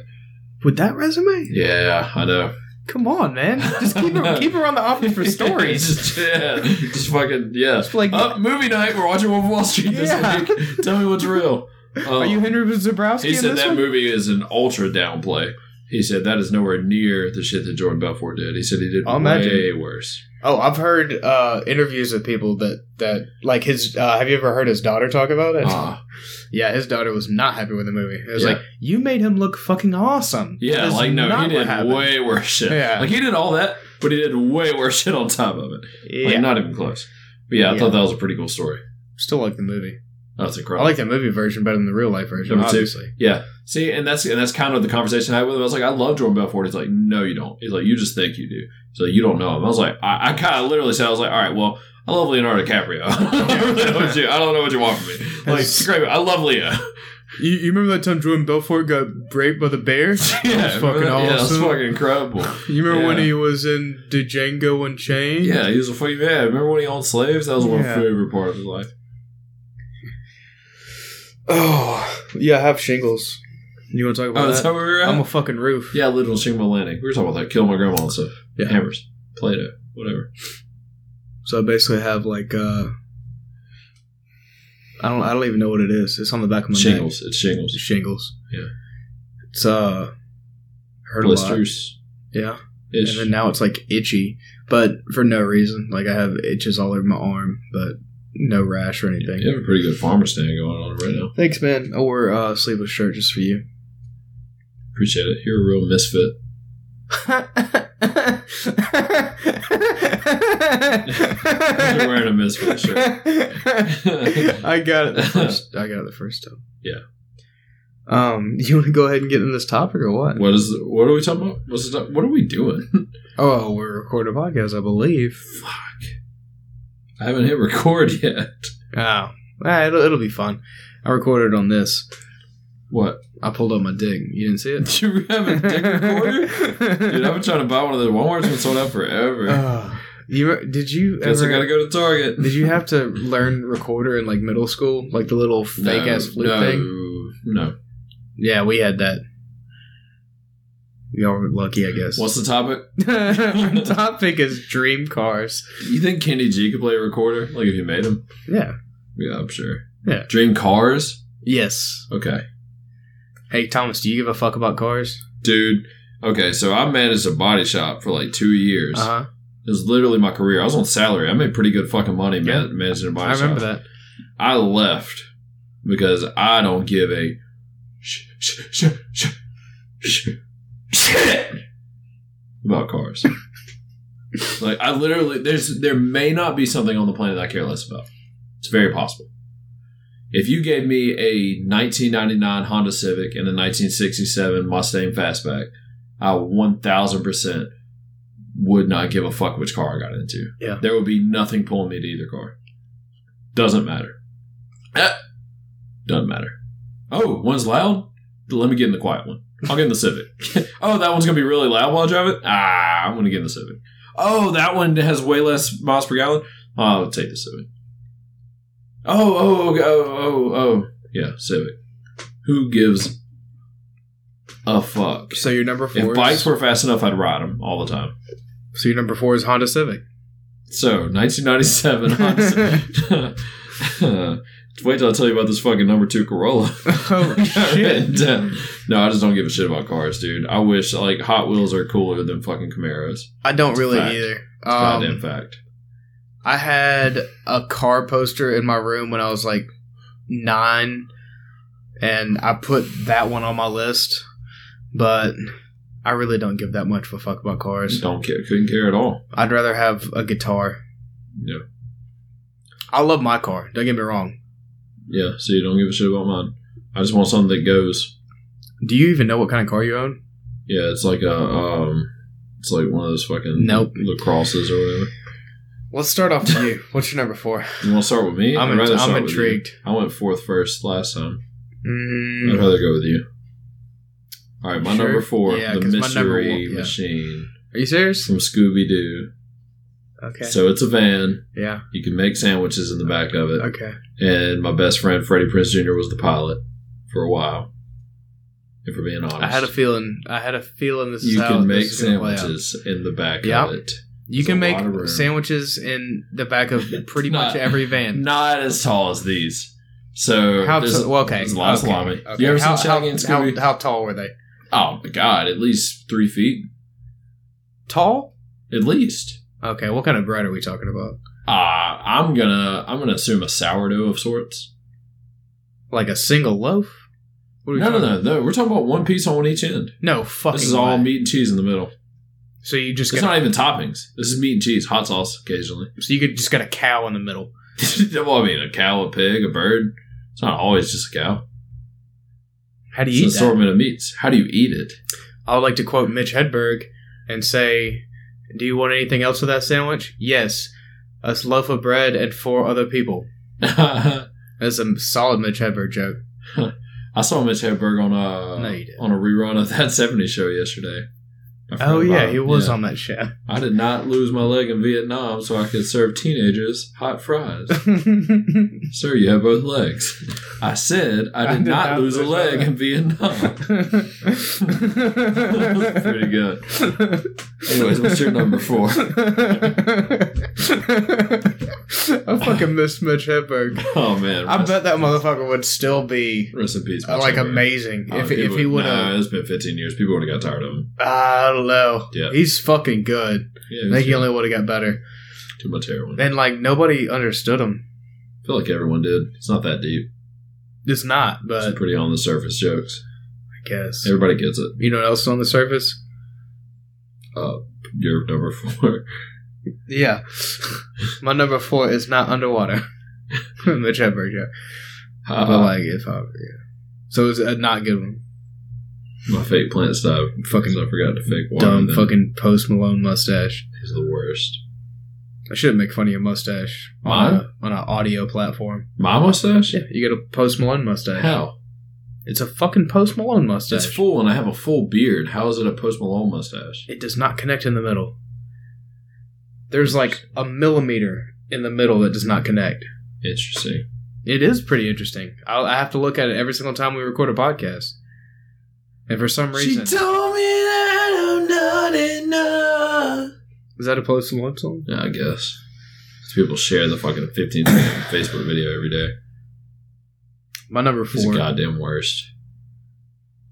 Speaker 2: With that resume?
Speaker 1: Yeah, I know.
Speaker 2: Come on, man. Just keep her, keep her on the office for stories.
Speaker 1: just, yeah, just fucking yeah.
Speaker 2: Just like,
Speaker 1: Up Uh, movie night. We're watching Wolf of Wall Street this
Speaker 2: Yeah.
Speaker 1: week. Tell me what's real. Um,
Speaker 2: are you Henry Zebrowski?
Speaker 1: He
Speaker 2: in
Speaker 1: said
Speaker 2: this
Speaker 1: that
Speaker 2: one?
Speaker 1: movie is an ultra downplay. He said that is nowhere near the shit that Jordan Belfort did. He said he did
Speaker 2: I'll
Speaker 1: way
Speaker 2: imagine.
Speaker 1: worse.
Speaker 2: Oh, I've heard uh, interviews with people that that like his. Uh, have you ever heard his daughter talk about it?
Speaker 1: Ah,
Speaker 2: Yeah, his daughter was not happy with the movie. It was
Speaker 1: Yeah.
Speaker 2: like you made him look fucking awesome. That
Speaker 1: yeah,
Speaker 2: is
Speaker 1: like no,
Speaker 2: not
Speaker 1: he
Speaker 2: what
Speaker 1: did
Speaker 2: happened.
Speaker 1: way worse shit.
Speaker 2: Yeah.
Speaker 1: Like he did all that, but he did way worse shit on top of it.
Speaker 2: Yeah,
Speaker 1: Like not even close. But yeah, I
Speaker 2: Yeah.
Speaker 1: thought that was a pretty cool story.
Speaker 2: still like the movie.
Speaker 1: That's
Speaker 2: I
Speaker 1: incredible.
Speaker 2: like the movie version better than the real life version.
Speaker 1: Me too.
Speaker 2: Obviously,
Speaker 1: Yeah. See, and that's and that's kind of the conversation I had with him. I was like, I love Jordan Belfort. He's like, no, you don't. He's like, you just think you do. So you don't know him. I was like, I, I kind of literally said, I was like, all right, well, I love Leonardo DiCaprio. I don't really know what you. I don't know what you want from me. Like,
Speaker 2: That's-
Speaker 1: great. I love Leo.
Speaker 2: you, you remember that time Jordan Belfort got raped by the bear?
Speaker 1: yeah,
Speaker 2: fucking
Speaker 1: yeah, that's
Speaker 2: awesome.
Speaker 1: fucking incredible.
Speaker 2: You remember when
Speaker 1: Yeah.
Speaker 2: he was in the Django Unchained?
Speaker 1: Yeah, he was a fucking yeah. Remember when he owned slaves? That was one of my
Speaker 2: Yeah.
Speaker 1: favorite part of his life.
Speaker 2: Oh, yeah, I have shingles. You want to talk
Speaker 1: Oh,
Speaker 2: about
Speaker 1: that's
Speaker 2: that?
Speaker 1: how we were at.
Speaker 2: I'm a fucking roof.
Speaker 1: yeah, literal shingle landing. We were talking about that. Kill my grandma and stuff.
Speaker 2: Yeah.
Speaker 1: Hammers, Play-Doh, whatever.
Speaker 2: So I basically have like uh I don't I don't even know what it is. It's on the back of my
Speaker 1: Shingles. It's
Speaker 2: neck.
Speaker 1: shingles.
Speaker 2: Shingles.
Speaker 1: Yeah.
Speaker 2: It's uh hurt a lot.
Speaker 1: Blisters.
Speaker 2: Yeah.
Speaker 1: Ish.
Speaker 2: And then now it's like itchy, but for no reason. Like I have itches all over my arm, but no rash or anything.
Speaker 1: You have a pretty good farmer stand going on right now.
Speaker 2: Thanks, man. I wore a uh, sleeveless shirt just for you.
Speaker 1: Appreciate it. You're a real misfit. You're wearing a misfit shirt.
Speaker 2: I got it the first. I got it the first time.
Speaker 1: Yeah.
Speaker 2: Um, you want to go ahead and get in this topic or what?
Speaker 1: What is? What are we talking about? What's the, What are we doing?
Speaker 2: Oh, we're recording a podcast, I believe.
Speaker 1: Fuck. I haven't hit record yet.
Speaker 2: Oh, Ah, it'll, it'll be fun. I recorded on this.
Speaker 1: What?
Speaker 2: I pulled out my dig. You didn't see it?
Speaker 1: You have a dick recorder? Dude, I've been trying to buy one of those. Walmart's been sold out forever.
Speaker 2: Ah, you re- did you
Speaker 1: Guess I
Speaker 2: ever?
Speaker 1: gotta go to Target.
Speaker 2: Did you have to learn recorder in like middle school, like the little fake ass flute
Speaker 1: no,
Speaker 2: thing?
Speaker 1: No.
Speaker 2: Yeah, we had that. Y'all were lucky, I guess.
Speaker 1: What's the topic?
Speaker 2: Our topic is dream cars.
Speaker 1: You think Kenny G could play a recorder? Like if you made him?
Speaker 2: Yeah.
Speaker 1: Yeah, I'm sure.
Speaker 2: Yeah.
Speaker 1: Dream cars?
Speaker 2: Yes.
Speaker 1: Okay.
Speaker 2: Hey, Thomas, do you give a fuck about cars?
Speaker 1: Dude. Okay, so I managed a body shop for like two years.
Speaker 2: Uh huh.
Speaker 1: It was literally my career. I was on salary. I made pretty good fucking money
Speaker 2: Yeah.
Speaker 1: man- managing a body
Speaker 2: I remember
Speaker 1: shop.
Speaker 2: that.
Speaker 1: I left because I don't give a sh- sh- sh- sh- sh- shit about cars. like I literally, there's there may not be something on the planet I care less about. It's very possible. If you gave me a 1999 Honda Civic and a 1967 Mustang Fastback, I 1000% would not give a fuck which car I got into.
Speaker 2: Yeah.
Speaker 1: There would be nothing pulling me to either car. Doesn't matter. Ah, doesn't matter. Oh, one's loud? Let me get in the quiet one. I'll get in the Civic. oh, that one's going to be really loud while I drive it? Ah, I'm going to get in the Civic. Oh, that one has way less miles per gallon? Oh, I'll take the Civic. Oh, oh, oh, oh, oh, oh. Yeah, Civic. Who gives a fuck?
Speaker 2: So your number four.
Speaker 1: If
Speaker 2: is,
Speaker 1: bikes were fast enough, I'd ride them all the time.
Speaker 2: so your number four is Honda Civic.
Speaker 1: So, 1997 Honda Civic. Wait till I tell you about this fucking number two Corolla.
Speaker 2: oh
Speaker 1: And, uh, no, I just don't give a shit about cars, dude. I wish like Hot Wheels are cooler than fucking Camaros.
Speaker 2: I don't really
Speaker 1: Fact.
Speaker 2: either.
Speaker 1: Goddamn
Speaker 2: Um,
Speaker 1: fact.
Speaker 2: I had a car poster in my room when I was like nine, and I put that one on my list, but I really don't give that much of a fuck about cars.
Speaker 1: Don't care. Couldn't care at all.
Speaker 2: I'd rather have a guitar.
Speaker 1: Yeah.
Speaker 2: I love my car. Don't get me wrong.
Speaker 1: Yeah. So you don't give a shit about mine. I just want something that goes.
Speaker 2: Do you even know what kind of car you own?
Speaker 1: Yeah. It's like a um. It's like one of those fucking
Speaker 2: Nope.
Speaker 1: lacrosses or whatever.
Speaker 2: Let's start off with you. What's your number four?
Speaker 1: You want to start with me?
Speaker 2: I'm,
Speaker 1: I'd
Speaker 2: in-
Speaker 1: rather
Speaker 2: I'm
Speaker 1: start with you.
Speaker 2: intrigued.
Speaker 1: I went fourth first last time. I'd
Speaker 2: Mm,
Speaker 1: rather go with you. All right, my
Speaker 2: Sure.
Speaker 1: number four,
Speaker 2: Yeah,
Speaker 1: the
Speaker 2: 'cause my number
Speaker 1: mystery
Speaker 2: one- yeah.
Speaker 1: machine
Speaker 2: are you serious?
Speaker 1: from Scooby Doo.
Speaker 2: Okay.
Speaker 1: So it's a van.
Speaker 2: yeah.
Speaker 1: You can make sandwiches in the back of it.
Speaker 2: Okay.
Speaker 1: And my best friend Freddie Prince Jr. was the pilot for a while. If we're being honest,
Speaker 2: I had a feeling. I had a feeling this is
Speaker 1: you
Speaker 2: how
Speaker 1: can
Speaker 2: this
Speaker 1: make
Speaker 2: is gonna play out.
Speaker 1: sandwiches in the back
Speaker 2: Yep.
Speaker 1: of it.
Speaker 2: You can
Speaker 1: There's a lot of
Speaker 2: make
Speaker 1: room.
Speaker 2: sandwiches in the back of pretty
Speaker 1: Not-
Speaker 2: much every van.
Speaker 1: Not as tall as these. So
Speaker 2: how
Speaker 1: there's-
Speaker 2: tall? Well, okay.
Speaker 1: there's a lot of
Speaker 2: okay.
Speaker 1: salami.
Speaker 2: okay.
Speaker 1: You ever
Speaker 2: how,
Speaker 1: seen Shaggy and
Speaker 2: how,
Speaker 1: Scooby?
Speaker 2: how, how tall were they?
Speaker 1: Oh my god, at least three feet.
Speaker 2: Tall?
Speaker 1: At least.
Speaker 2: Okay, what kind of bread are we talking about?
Speaker 1: Uh, I'm gonna I'm gonna assume a sourdough of sorts.
Speaker 2: Like a single loaf? What are we
Speaker 1: No, no,
Speaker 2: talking-
Speaker 1: no, no. We're talking about one piece on each end.
Speaker 2: No, fucking.
Speaker 1: This is all
Speaker 2: way.
Speaker 1: meat and cheese in the middle.
Speaker 2: So you just
Speaker 1: It's
Speaker 2: got
Speaker 1: not even toppings. This is meat and cheese, hot sauce occasionally.
Speaker 2: so you could just got a cow in the middle.
Speaker 1: well, I mean, a cow, a pig, a bird. It's not always just a cow.
Speaker 2: How do
Speaker 1: It's
Speaker 2: you
Speaker 1: an
Speaker 2: eat that?
Speaker 1: assortment of meats. How do you eat it?
Speaker 2: I would like to quote Mitch Hedberg and say, "Do you want anything else with that sandwich?" Yes, a loaf of bread and four other people.
Speaker 1: I
Speaker 2: That's a solid Mitch Hedberg joke.
Speaker 1: saw Mitch Hedberg on a
Speaker 2: No, you didn't.
Speaker 1: on a rerun of that '70s show yesterday. I forgot
Speaker 2: Oh
Speaker 1: about
Speaker 2: yeah,
Speaker 1: it.
Speaker 2: he was
Speaker 1: Yeah.
Speaker 2: on that show.
Speaker 1: I did not lose my leg in Vietnam, so I could serve teenagers hot fries. Sir, you have both legs. I said I did, not, lose a
Speaker 2: my
Speaker 1: leg
Speaker 2: leg.
Speaker 1: in Vietnam. Pretty good. Anyways, what's your number four?
Speaker 2: I fucking miss Mitch Hedberg.
Speaker 1: Oh man,
Speaker 2: I bet that motherfucker would still be
Speaker 1: Rest in peace.
Speaker 2: uh, like
Speaker 1: Mitch Hedberg.
Speaker 2: amazing
Speaker 1: Oh,
Speaker 2: if, if he would have.
Speaker 1: nah, it's been 15 years. People would have got tired of him.
Speaker 2: I don't know.
Speaker 1: Yeah.
Speaker 2: He's fucking good. I
Speaker 1: Yeah,
Speaker 2: think
Speaker 1: he's
Speaker 2: he only would have got better.
Speaker 1: too much heroin.
Speaker 2: And like nobody understood him.
Speaker 1: I feel like everyone did. It's not that deep.
Speaker 2: It's not,
Speaker 1: It's
Speaker 2: but
Speaker 1: pretty on the surface jokes.
Speaker 2: I guess
Speaker 1: Everybody gets it.
Speaker 2: you know what else is on the surface.
Speaker 1: You're number four.
Speaker 2: Yeah, my number four is not underwater. Mitch Hedberg, yeah. but
Speaker 1: Uh,
Speaker 2: like if I, yeah. So it's a not good one.
Speaker 1: my fake plant stuff.
Speaker 2: Fucking
Speaker 1: I forgot to fake one.
Speaker 2: Dumb
Speaker 1: and then
Speaker 2: fucking Post Malone mustache.
Speaker 1: He's the worst.
Speaker 2: I shouldn't make fun of your mustache
Speaker 1: Mine?
Speaker 2: on a, on an audio platform.
Speaker 1: My mustache?
Speaker 2: Yeah, you get a Post Malone mustache.
Speaker 1: How?
Speaker 2: It's a fucking Post Malone mustache.
Speaker 1: It's full and I have a full beard. How is it a Post Malone mustache?
Speaker 2: it does not connect in the middle. There's like a millimeter in the middle that does not connect.
Speaker 1: Interesting.
Speaker 2: It is pretty interesting. I'll, I have to look at it every single time we record a podcast. And for some reason,
Speaker 1: told me that I'm not enough.
Speaker 2: is that a Post Malone song?
Speaker 1: Yeah, I guess. 'Cause People share the fucking 15 second Facebook video every day.
Speaker 2: My number
Speaker 1: He's the
Speaker 2: four.
Speaker 1: goddamn worst.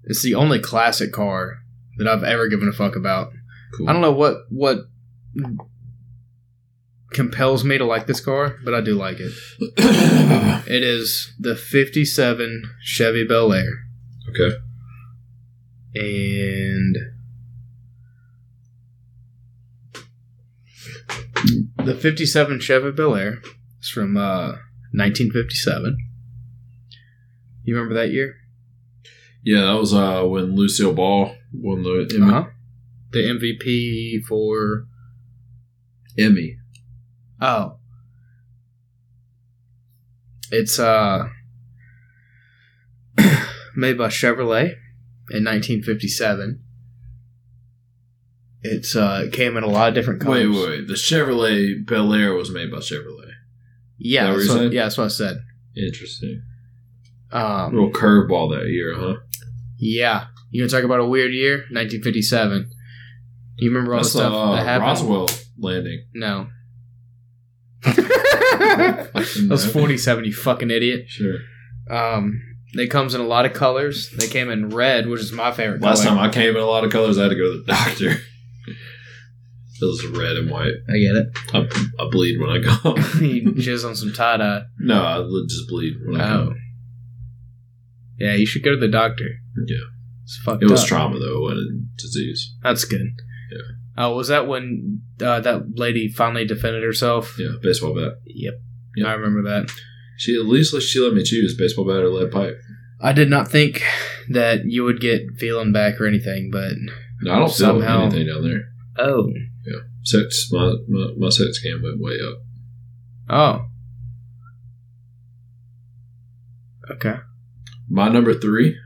Speaker 2: It's the only classic car that I've ever given a fuck about.
Speaker 1: Cool.
Speaker 2: I don't know what what compels me to like this car, but I do like it. It is the 57 Chevy Bel Air.
Speaker 1: Okay.
Speaker 2: And the 57 Chevy Bel Air is from uh, 1957. You remember that year?
Speaker 1: yeah, that was uh, when Lucille Ball won the Emmy.
Speaker 2: Uh-huh. The MVP for.
Speaker 1: Emmy.
Speaker 2: Oh. It's uh made by Chevrolet in 1957. It's uh it came in a lot of different colors.
Speaker 1: Wait, wait, wait. The Chevrolet Bel Air was made by Chevrolet. Is that
Speaker 2: Yeah,
Speaker 1: what
Speaker 2: that's
Speaker 1: you're
Speaker 2: what,
Speaker 1: saying?
Speaker 2: yeah, that's what I said.
Speaker 1: Interesting.
Speaker 2: Um,
Speaker 1: Little curveball that year, huh?
Speaker 2: yeah, you gonna talk about a weird year, 1957. You remember all
Speaker 1: That's
Speaker 2: the stuff
Speaker 1: the, uh,
Speaker 2: that happened?
Speaker 1: Roswell landing.
Speaker 2: No. that
Speaker 1: Fucking
Speaker 2: was
Speaker 1: no.
Speaker 2: 47. You fucking idiot.
Speaker 1: Sure.
Speaker 2: Um, it comes in a lot of colors. They came in red, which is my favorite
Speaker 1: Last
Speaker 2: color.
Speaker 1: time I came in a lot of colors, I had to go to the doctor. it was red and white.
Speaker 2: I get it.
Speaker 1: I, I bleed when I go.
Speaker 2: you jizz on some tie dye.
Speaker 1: no, I li- just bleed when I
Speaker 2: Oh.
Speaker 1: go.
Speaker 2: Yeah, you should go to the doctor.
Speaker 1: Yeah.
Speaker 2: It's fucked
Speaker 1: It was
Speaker 2: up.
Speaker 1: trauma though, and disease.
Speaker 2: That's good. Oh, was that when uh, that lady finally defended herself?
Speaker 1: Yeah, baseball bat.
Speaker 2: Yep.
Speaker 1: Yeah.
Speaker 2: I remember that.
Speaker 1: She at least she let me choose baseball bat or lead pipe.
Speaker 2: I did not think that you would get feeling back or anything, but
Speaker 1: No, I don't feel
Speaker 2: Somehow.
Speaker 1: anything down there.
Speaker 2: oh,
Speaker 1: Sex, my, my my sex game went way up.
Speaker 2: oh, okay.
Speaker 1: My number three.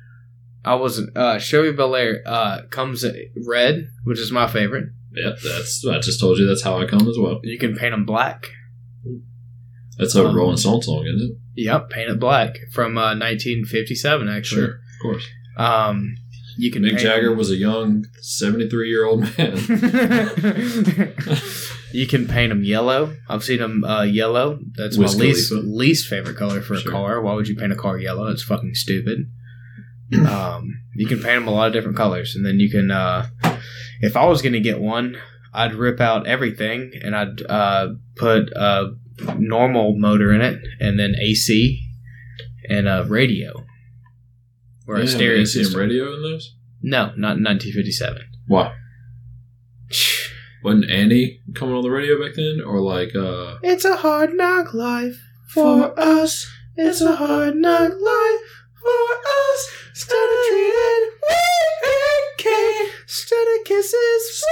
Speaker 2: I wasn't. Uh, Chevy Bel Air uh, comes in red, which is my favorite.
Speaker 1: Yeah, that's I just told you that's how I come as well.
Speaker 2: You can paint them black.
Speaker 1: That's a
Speaker 2: Um,
Speaker 1: Rolling Stone song, isn't it?
Speaker 2: Yep, paint it black from uh, 1957, actually.
Speaker 1: Sure, of course.
Speaker 2: Um, you can
Speaker 1: Mick
Speaker 2: paint
Speaker 1: Jagger was a young seventy-three-year-old man.
Speaker 2: 'em- you can paint them yellow. I've seen them uh, yellow. That's
Speaker 1: Wiz
Speaker 2: my least
Speaker 1: Khalifa.
Speaker 2: least favorite color for
Speaker 1: Sure.
Speaker 2: a car. Why would you paint a car yellow? It's fucking stupid. Um, you can paint them a lot of different colors, and then you can. Uh, if I was gonna get one, I'd rip out everything and I'd uh, put a normal motor in it, and then AC and a radio or
Speaker 1: They
Speaker 2: a
Speaker 1: didn't have
Speaker 2: stereo
Speaker 1: ACM
Speaker 2: system.
Speaker 1: radio in those?
Speaker 2: No, not in 1957.
Speaker 1: Why? Wasn't Annie coming on the radio back then? Or like, uh,
Speaker 2: It's a hard knock life for us. It's a hard knock life for us. Instead of treating okay. Instead of kisses,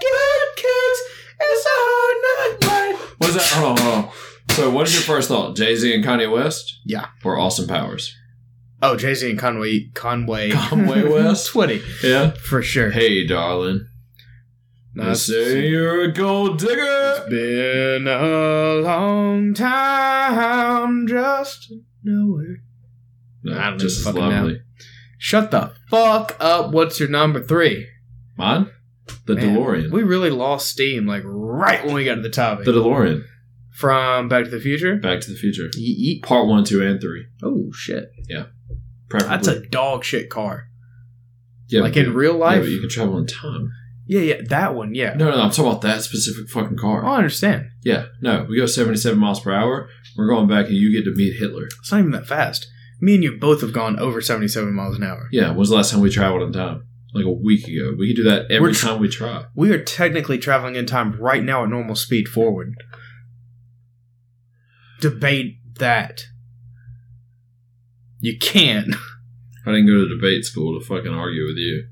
Speaker 2: good kids. It's a hard knock life.
Speaker 1: what's that? Hold on, hold on. So, what is your first thought? Jay Z and Kanye West?
Speaker 2: Yeah.
Speaker 1: Or Austin Powers?
Speaker 2: Oh, Jay Z and Conway. Conway.
Speaker 1: Conway West?
Speaker 2: Twitty.
Speaker 1: Yeah.
Speaker 2: For sure.
Speaker 1: Hey, darling. I
Speaker 2: That's-
Speaker 1: say you're a gold digger.
Speaker 2: Been a long time just nowhere. I
Speaker 1: No,
Speaker 2: don't
Speaker 1: just as
Speaker 2: fucking know.
Speaker 1: lovely.
Speaker 2: Shut the fuck up. What's your number three?
Speaker 1: Mine? The
Speaker 2: Man,
Speaker 1: DeLorean.
Speaker 2: We really lost steam like right when we got to the topic
Speaker 1: the DeLorean.
Speaker 2: from Back to the Future.
Speaker 1: Back to the Future.
Speaker 2: Yeet.
Speaker 1: Part one, two, and three.
Speaker 2: Oh shit,
Speaker 1: Preferably.
Speaker 2: that's a dog shit car.
Speaker 1: yeah,
Speaker 2: like
Speaker 1: but-
Speaker 2: in real
Speaker 1: yeah,
Speaker 2: life.
Speaker 1: but you can travel in time.
Speaker 2: Yeah, yeah, that one. Yeah,
Speaker 1: No, no, no. I'm talking about that specific fucking car.
Speaker 2: I understand.
Speaker 1: Yeah, no, we go 77 miles per hour. We're going back, and you get to meet Hitler.
Speaker 2: It's not even that fast. Me and you both have gone over seventy-seven miles an hour.
Speaker 1: Yeah, when's the last time we traveled in time? Like a week ago. We could do that every
Speaker 2: We're tr-
Speaker 1: time we try.
Speaker 2: We are technically traveling in time right now at normal speed forward. Debate that. You can't.
Speaker 1: I didn't go to debate school to fucking argue with you.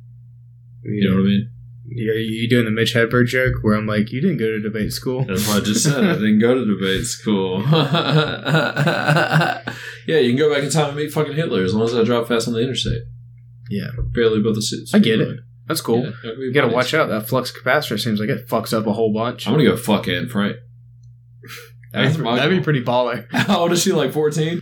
Speaker 1: You know what I mean?
Speaker 2: Are you doing the Mitch Hedberg joke where I'm like, you didn't go to debate school?
Speaker 1: That's what I just said. I didn't go to debate school. yeah, you can go back in time and meet fucking Hitler as long as I drive fast on the interstate.
Speaker 2: Yeah.
Speaker 1: Barely above the suits.
Speaker 2: I get it. That's cool.
Speaker 1: you
Speaker 2: You gotta watch out. That flux capacitor seems like it fucks up a whole bunch.
Speaker 1: I'm gonna go fuck Anne Frank.
Speaker 2: That'd,
Speaker 1: That's
Speaker 2: be-
Speaker 1: my
Speaker 2: that'd be
Speaker 1: goal.
Speaker 2: pretty baller.
Speaker 1: How old is she? Like 14?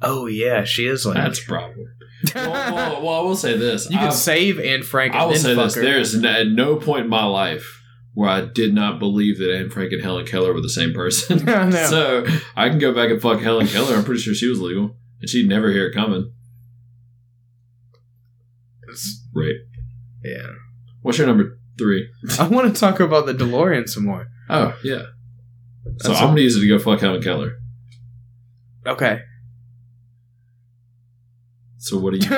Speaker 2: Oh yeah, she is like.
Speaker 1: That's a problem. well, well, well, I will say this.
Speaker 2: you can
Speaker 1: I've-
Speaker 2: save Anne Frank. And
Speaker 1: I will
Speaker 2: then
Speaker 1: say
Speaker 2: fuck
Speaker 1: this:
Speaker 2: her.
Speaker 1: there is n- at no point in my life where I did not believe that Anne Frank and Helen Keller were the same person.
Speaker 2: I know.
Speaker 1: So I can go back and fuck Helen Keller. I'm pretty sure she was legal, and she'd never hear it coming.
Speaker 2: It's-
Speaker 1: Right.
Speaker 2: yeah.
Speaker 1: What's your number three?
Speaker 2: I want to talk about the DeLorean some more.
Speaker 1: Oh yeah. So
Speaker 2: That's
Speaker 1: I'm gonna use it to go fuck Helen Keller.
Speaker 2: Okay.
Speaker 1: So what do you?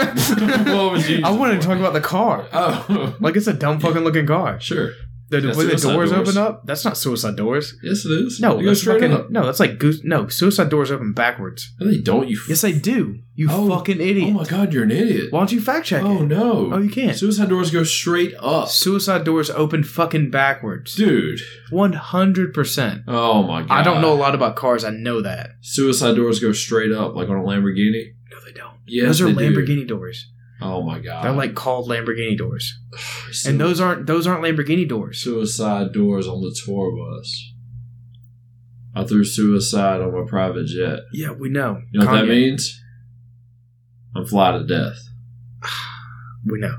Speaker 1: what would you? use
Speaker 2: I
Speaker 1: it
Speaker 2: want to
Speaker 1: for?
Speaker 2: talk about the car.
Speaker 1: Oh,
Speaker 2: Like it's a dumb fucking looking car.
Speaker 1: sure.
Speaker 2: The,
Speaker 1: That's
Speaker 2: way the
Speaker 1: suicide
Speaker 2: doors,
Speaker 1: doors.
Speaker 2: open up, that's not suicide doors.
Speaker 1: Yes, it is.
Speaker 2: No,
Speaker 1: It goes
Speaker 2: that's
Speaker 1: straight
Speaker 2: fucking,
Speaker 1: up.
Speaker 2: no, that's like goose. No, suicide doors open backwards.
Speaker 1: No, they don't. You. f-
Speaker 2: Yes, I do. You
Speaker 1: Oh.
Speaker 2: fucking
Speaker 1: oh
Speaker 2: idiot.
Speaker 1: my god, you're an idiot.
Speaker 2: Why don't you fact check
Speaker 1: Oh
Speaker 2: it?
Speaker 1: no.
Speaker 2: Oh, you can't.
Speaker 1: Suicide doors go straight up,
Speaker 2: Suicide doors open fucking backwards.
Speaker 1: dude.
Speaker 2: One hundred percent.
Speaker 1: Oh my god.
Speaker 2: I don't know a lot about cars. I know that.
Speaker 1: Suicide doors go straight up, like on a Lamborghini.
Speaker 2: No, they Uh, don't.
Speaker 1: Yes,
Speaker 2: those are
Speaker 1: they do.
Speaker 2: Lamborghini doors.
Speaker 1: Oh my god.
Speaker 2: They're like called Lamborghini doors,
Speaker 1: Su-
Speaker 2: and those aren't those aren't Lamborghini doors.
Speaker 1: suicide doors on the tour bus. I threw suicide on my private jet.
Speaker 2: Yeah, we know.
Speaker 1: You know what that
Speaker 2: Kanye.
Speaker 1: means? I'm fly to death.
Speaker 2: We know.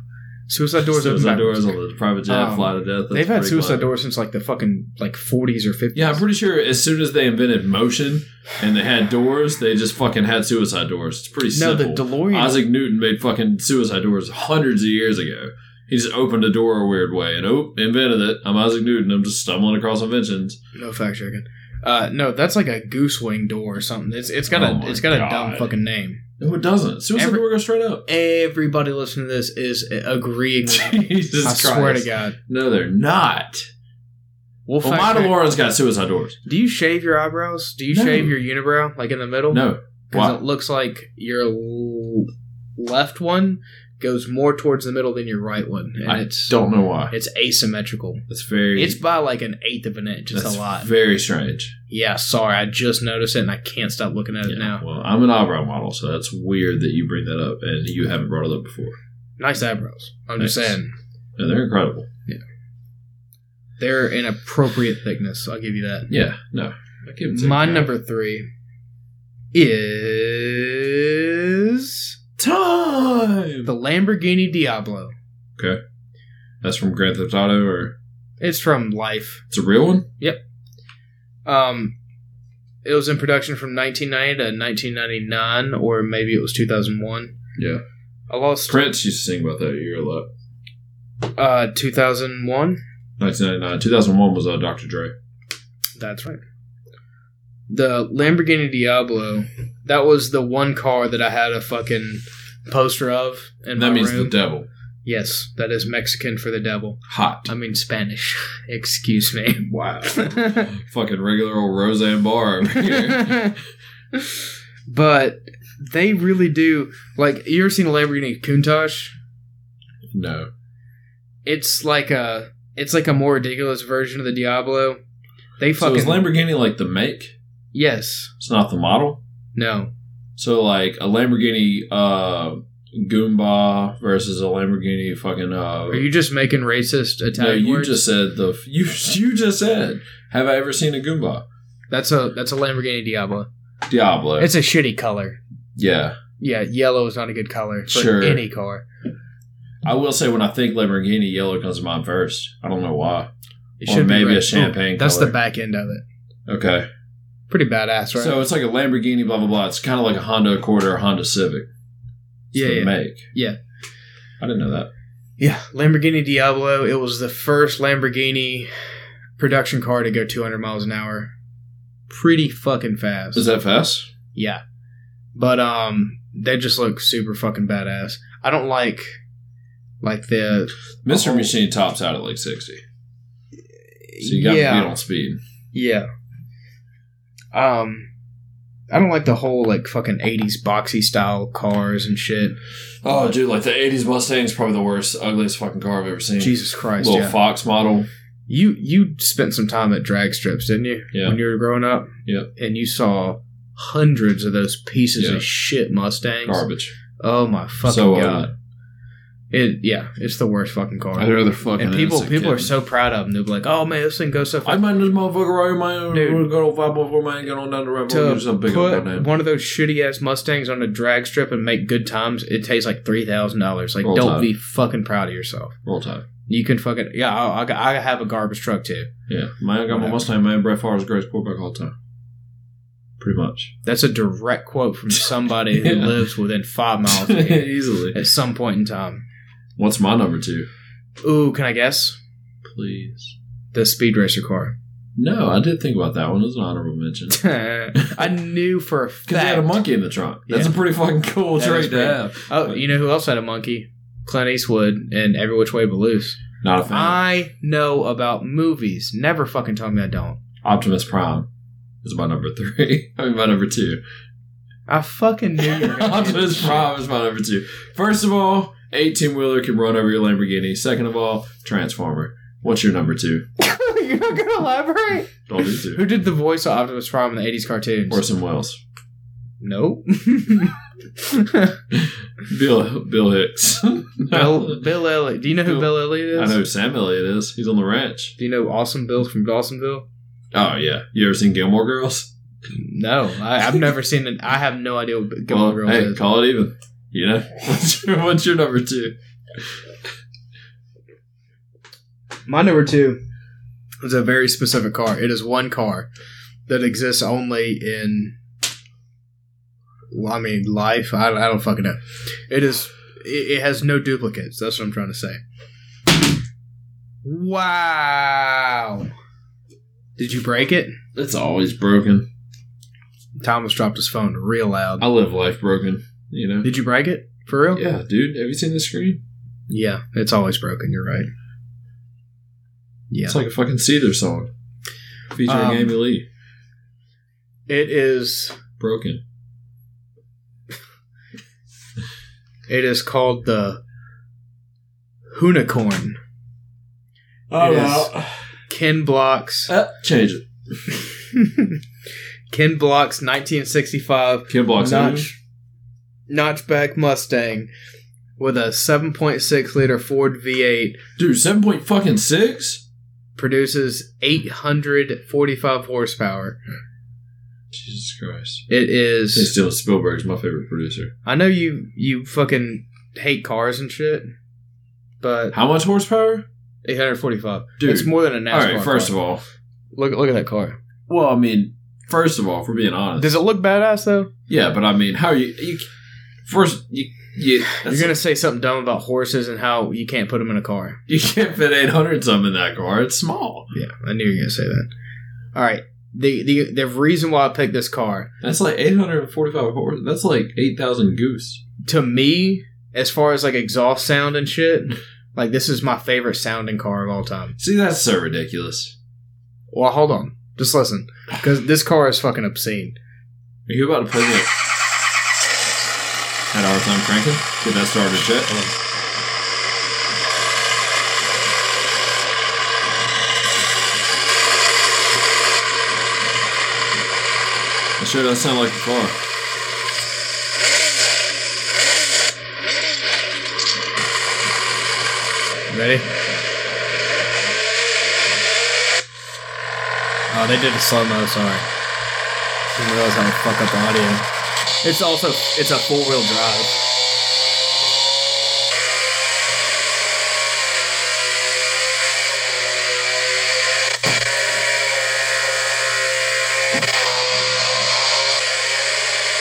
Speaker 2: Suicide doors open
Speaker 1: suicide
Speaker 2: backwards.
Speaker 1: doors on the private jet,
Speaker 2: Um,
Speaker 1: fly to death. That's
Speaker 2: They've had
Speaker 1: pretty
Speaker 2: suicide
Speaker 1: clever.
Speaker 2: doors since like the fucking like forties or fifties.
Speaker 1: Yeah, I'm pretty sure as soon as they invented motion and they had doors, they just fucking had suicide doors. It's pretty
Speaker 2: no,
Speaker 1: simple.
Speaker 2: the DeLorean.
Speaker 1: Isaac Newton made fucking suicide doors hundreds of years ago. He just opened a door a weird way and oh, invented it. I'm Isaac Newton. I'm just stumbling across inventions.
Speaker 2: No fact checking. Uh, no, that's like a goose wing door or something. It's it's got
Speaker 1: Oh
Speaker 2: a
Speaker 1: my
Speaker 2: it's got a
Speaker 1: God.
Speaker 2: dumb fucking name.
Speaker 1: No, it doesn't. Suicide
Speaker 2: Every-
Speaker 1: door goes straight up.
Speaker 2: Everybody listening to this is agreeing. with me.
Speaker 1: Jesus
Speaker 2: I
Speaker 1: Christ.
Speaker 2: swear to God.
Speaker 1: No, they're not.
Speaker 2: We'll
Speaker 1: Well, my
Speaker 2: fact check.
Speaker 1: DeLorean's got suicide doors.
Speaker 2: Do you shave your eyebrows? Do you
Speaker 1: No.
Speaker 2: shave your unibrow like in the middle?
Speaker 1: No. Why?
Speaker 2: because it looks like your l- left one goes more towards the middle than your right one, and
Speaker 1: I
Speaker 2: it's
Speaker 1: don't know why.
Speaker 2: it's asymmetrical.
Speaker 1: That's very.
Speaker 2: It's by like an eighth of an inch. It's
Speaker 1: that's
Speaker 2: a lot.
Speaker 1: Very strange.
Speaker 2: yeah, sorry, I just noticed it and I can't stop looking at it now.
Speaker 1: Well, I'm an eyebrow model, so that's weird that you bring that up and you haven't brought it up before.
Speaker 2: Nice eyebrows. I'm just
Speaker 1: Thanks.
Speaker 2: saying.
Speaker 1: And they're incredible.
Speaker 2: They're an appropriate thickness. I'll give you that.
Speaker 1: Yeah. No. I give it to
Speaker 2: My
Speaker 1: you.
Speaker 2: number three is
Speaker 1: time.
Speaker 2: the Lamborghini Diablo.
Speaker 1: That's from Grand Theft Auto, or
Speaker 2: It's from Life.
Speaker 1: it's a real one.
Speaker 2: Um, it was in production from 1990 to 1999, or maybe it was 2001.
Speaker 1: Yeah.
Speaker 2: I lost
Speaker 1: Prince used to sing about that. You're up.
Speaker 2: uh 2001.
Speaker 1: 1999, 2001 was uh, Dr. Dre.
Speaker 2: That's right. The Lamborghini Diablo. That was the one car that I had a fucking poster of in
Speaker 1: And that
Speaker 2: my
Speaker 1: means
Speaker 2: room.
Speaker 1: the devil.
Speaker 2: yes, that is Mexican for the devil.
Speaker 1: Hot.
Speaker 2: I mean Spanish. Excuse me.
Speaker 1: Wow. Fucking regular old Roseanne Barr over here.
Speaker 2: but they really do. Like you ever seen a Lamborghini Countach?
Speaker 1: no.
Speaker 2: It's like a it's like a more ridiculous version of the Diablo. They
Speaker 1: So
Speaker 2: fucking
Speaker 1: is Lamborghini like the make?
Speaker 2: yes
Speaker 1: It's not the model?
Speaker 2: no
Speaker 1: So like a Lamborghini uh, Goomba versus a Lamborghini fucking... Uh,
Speaker 2: Are you just making racist
Speaker 1: no,
Speaker 2: Italian
Speaker 1: you
Speaker 2: words?
Speaker 1: just said the... You, you just said, have I ever seen a Goomba?
Speaker 2: that's a that's a Lamborghini Diablo.
Speaker 1: Diablo.
Speaker 2: It's a shitty color.
Speaker 1: yeah.
Speaker 2: Yeah, yellow is not a good color for
Speaker 1: Sure.
Speaker 2: any car.
Speaker 1: I will say when I think Lamborghini, yellow comes to mind first. I don't know why.
Speaker 2: It
Speaker 1: Or
Speaker 2: should be
Speaker 1: maybe
Speaker 2: red.
Speaker 1: a champagne
Speaker 2: Oh, That's
Speaker 1: color.
Speaker 2: the back end of it.
Speaker 1: Okay.
Speaker 2: Pretty badass, right?
Speaker 1: So it's like a Lamborghini, blah, blah, blah. It's kind of like a Honda Accord or a Honda Civic. It's
Speaker 2: Yeah,
Speaker 1: the
Speaker 2: yeah.
Speaker 1: make.
Speaker 2: Yeah.
Speaker 1: I didn't know that.
Speaker 2: yeah, Lamborghini Diablo. It was the first Lamborghini production car to go 200 miles an hour. Pretty fucking fast.
Speaker 1: Is that fast?
Speaker 2: Yeah. But um they just look super fucking badass. I don't like like the
Speaker 1: Mr.
Speaker 2: Oh.
Speaker 1: Machine tops out at like 60. So you got
Speaker 2: yeah.
Speaker 1: to beat on speed.
Speaker 2: Yeah. Um, I don't like the whole like fucking eighties boxy style cars and shit.
Speaker 1: Oh, dude, like the 80s Mustang is probably the worst, ugliest fucking car I've ever seen.
Speaker 2: Jesus Christ!
Speaker 1: Little
Speaker 2: yeah.
Speaker 1: Fox model.
Speaker 2: you you spent some time at drag strips, didn't you?
Speaker 1: Yeah.
Speaker 2: When you were growing up.
Speaker 1: Yeah.
Speaker 2: And you saw hundreds of those pieces
Speaker 1: Yeah.
Speaker 2: of shit Mustangs.
Speaker 1: Garbage.
Speaker 2: Oh my fucking
Speaker 1: So, uh,
Speaker 2: god! it yeah, it's the worst fucking car.
Speaker 1: I'd rather fucking
Speaker 2: and people
Speaker 1: innocent
Speaker 2: people
Speaker 1: kid.
Speaker 2: are so proud of them. They're like, "Oh man, this thing goes so fast."
Speaker 1: I mind this motherfucker right here, man.
Speaker 2: Dude.
Speaker 1: We're gonna go 514, man. Get on down the road. We're
Speaker 2: to
Speaker 1: just a big old
Speaker 2: put
Speaker 1: name.
Speaker 2: one of those shitty ass Mustangs on a drag strip and make good times, it takes like three thousand dollars. Like,
Speaker 1: Roll
Speaker 2: don't
Speaker 1: Tide.
Speaker 2: be fucking proud of yourself.
Speaker 1: Roll Tide.
Speaker 2: You can fucking yeah. I, I, got- I have a garbage truck too.
Speaker 1: Yeah, man, I got my
Speaker 2: Whatever.
Speaker 1: Mustang, man. Brett Favre's the greatest quarterback of all time. Pretty much.
Speaker 2: That's a direct quote from somebody who
Speaker 1: Yeah.
Speaker 2: lives within five miles of here
Speaker 1: Easily.
Speaker 2: at some point in time.
Speaker 1: What's my number two?
Speaker 2: Ooh, can I guess
Speaker 1: Please.
Speaker 2: the speed racer car?
Speaker 1: No, I did think about that one. It was an honorable mention.
Speaker 2: I knew for a
Speaker 1: Because they had a
Speaker 2: fact.
Speaker 1: monkey in the trunk. That's
Speaker 2: Yeah.
Speaker 1: a pretty fucking cool
Speaker 2: That is
Speaker 1: trait to
Speaker 2: pretty-
Speaker 1: have.
Speaker 2: Oh, you know who else had a monkey? Clint Eastwood and Every Which Way But Loose.
Speaker 1: Not a fan.
Speaker 2: I know about movies. Never fucking tell me I don't.
Speaker 1: Optimus Prime is my number three. I mean, my number two.
Speaker 2: I fucking knew you were gonna do
Speaker 1: Optimus
Speaker 2: this shit.
Speaker 1: Prime is my number two. First of all, 18 wheeler can run over your Lamborghini. Second of all, Transformer. What's your number two?
Speaker 2: You're gonna elaborate.
Speaker 1: Don't do two.
Speaker 2: Who did the voice of Optimus Prime in the '80s cartoons?
Speaker 1: Orson Welles.
Speaker 2: Nope.
Speaker 1: Bill Bill Hicks.
Speaker 2: Bill Bill Elliott. Do you know
Speaker 1: Bill-
Speaker 2: who Bill Elliott is?
Speaker 1: I know who Sam Elliott is. He's on the ranch.
Speaker 2: Do you know Awesome Bill from Dawsonville?
Speaker 1: Oh yeah. You ever seen Gilmore Girls?
Speaker 2: No, I, I've never seen it. I have no idea what Gilmore
Speaker 1: Well,
Speaker 2: Girls
Speaker 1: hey,
Speaker 2: is.
Speaker 1: call it even. You know what's your, what's your number two?
Speaker 2: My number two is a very specific car. It is one car that exists only in, well, I mean, life. I, I don't fucking know. It is. It, it has no duplicates. That's what I'm trying to say. Wow. Did you break it?
Speaker 1: It's always broken.
Speaker 2: Thomas dropped his phone real loud.
Speaker 1: I live life broken. You know.
Speaker 2: Did you break it for real?
Speaker 1: Yeah, dude. Have you seen the screen?
Speaker 2: Yeah. It's always broken. You're right. Yeah.
Speaker 1: It's like a fucking Seether song featuring
Speaker 2: Um,
Speaker 1: Amy Lee.
Speaker 2: It is.
Speaker 1: Broken.
Speaker 2: It is called the Hunicorn.
Speaker 1: Oh,
Speaker 2: well. Ken Block's
Speaker 1: Uh, change it.
Speaker 2: Ken Block's 1965
Speaker 1: Kid blocks.
Speaker 2: notch, notchback Mustang with a 7.6 liter Ford V8
Speaker 1: Dude, seven point fucking six.
Speaker 2: produces 845 horsepower.
Speaker 1: Jesus Christ.
Speaker 2: It
Speaker 1: Hey,
Speaker 2: is.
Speaker 1: Steven Spielberg's my favorite producer.
Speaker 2: I know you you fucking hate cars and shit, but
Speaker 1: How much horsepower?
Speaker 2: 845.
Speaker 1: Dude.
Speaker 2: it's more than a NASCAR.
Speaker 1: All right, first
Speaker 2: car.
Speaker 1: of all.
Speaker 2: look look at that car.
Speaker 1: Well, I mean, first of all, if we're being honest.
Speaker 2: Does it look badass though?
Speaker 1: yeah, but I mean, how are you. you first, you, You,
Speaker 2: You're gonna say something dumb about horses and how you can't put them in a car.
Speaker 1: you can't fit 800 some in that car. It's small.
Speaker 2: Yeah, I knew you were gonna say that. All right. The, the the reason why I picked this car
Speaker 1: That's like 845 horse. That's like 8,000 goose.
Speaker 2: to me, as far as like exhaust sound and shit, like this is my favorite sounding car of all time.
Speaker 1: See, that's so ridiculous.
Speaker 2: Well, hold on, just listen, because this car is fucking obscene.
Speaker 1: Are you about to play the. Had a hard time cranking? Get that started, shit. That sure does sound like a car.
Speaker 2: Ready? Oh, they did a slow mo. Sorry, didn't realize how to fuck up the audio. It's also it's a four wheel drive.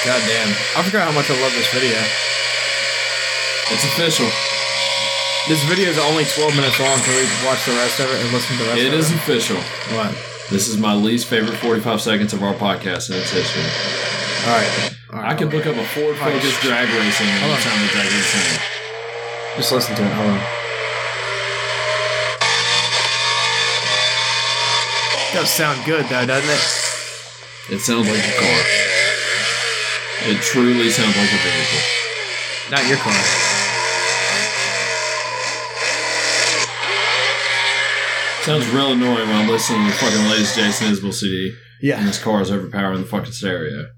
Speaker 2: God damn! I forgot how much I love this video.
Speaker 1: It's official.
Speaker 2: This video is only 12 minutes long. Can we watch the rest of it and listen to the rest
Speaker 1: It
Speaker 2: of
Speaker 1: is
Speaker 2: it?
Speaker 1: official.
Speaker 2: What?
Speaker 1: This is my least favorite 45 seconds of our podcast in its history.
Speaker 2: All right. All right.
Speaker 1: I could look up a Ford
Speaker 2: Alright.
Speaker 1: Focus drag racing and
Speaker 2: Hold on.
Speaker 1: time that that gets in.
Speaker 2: Just listen to it. Hold on. Does sound good though, doesn't it?
Speaker 1: It sounds like a car. It truly sounds like a vehicle.
Speaker 2: Not your car.
Speaker 1: Sounds real annoying when I'm listening to fucking Ladies Jason Isbell CD and
Speaker 2: Yeah.
Speaker 1: this car is overpowering the fucking stereo.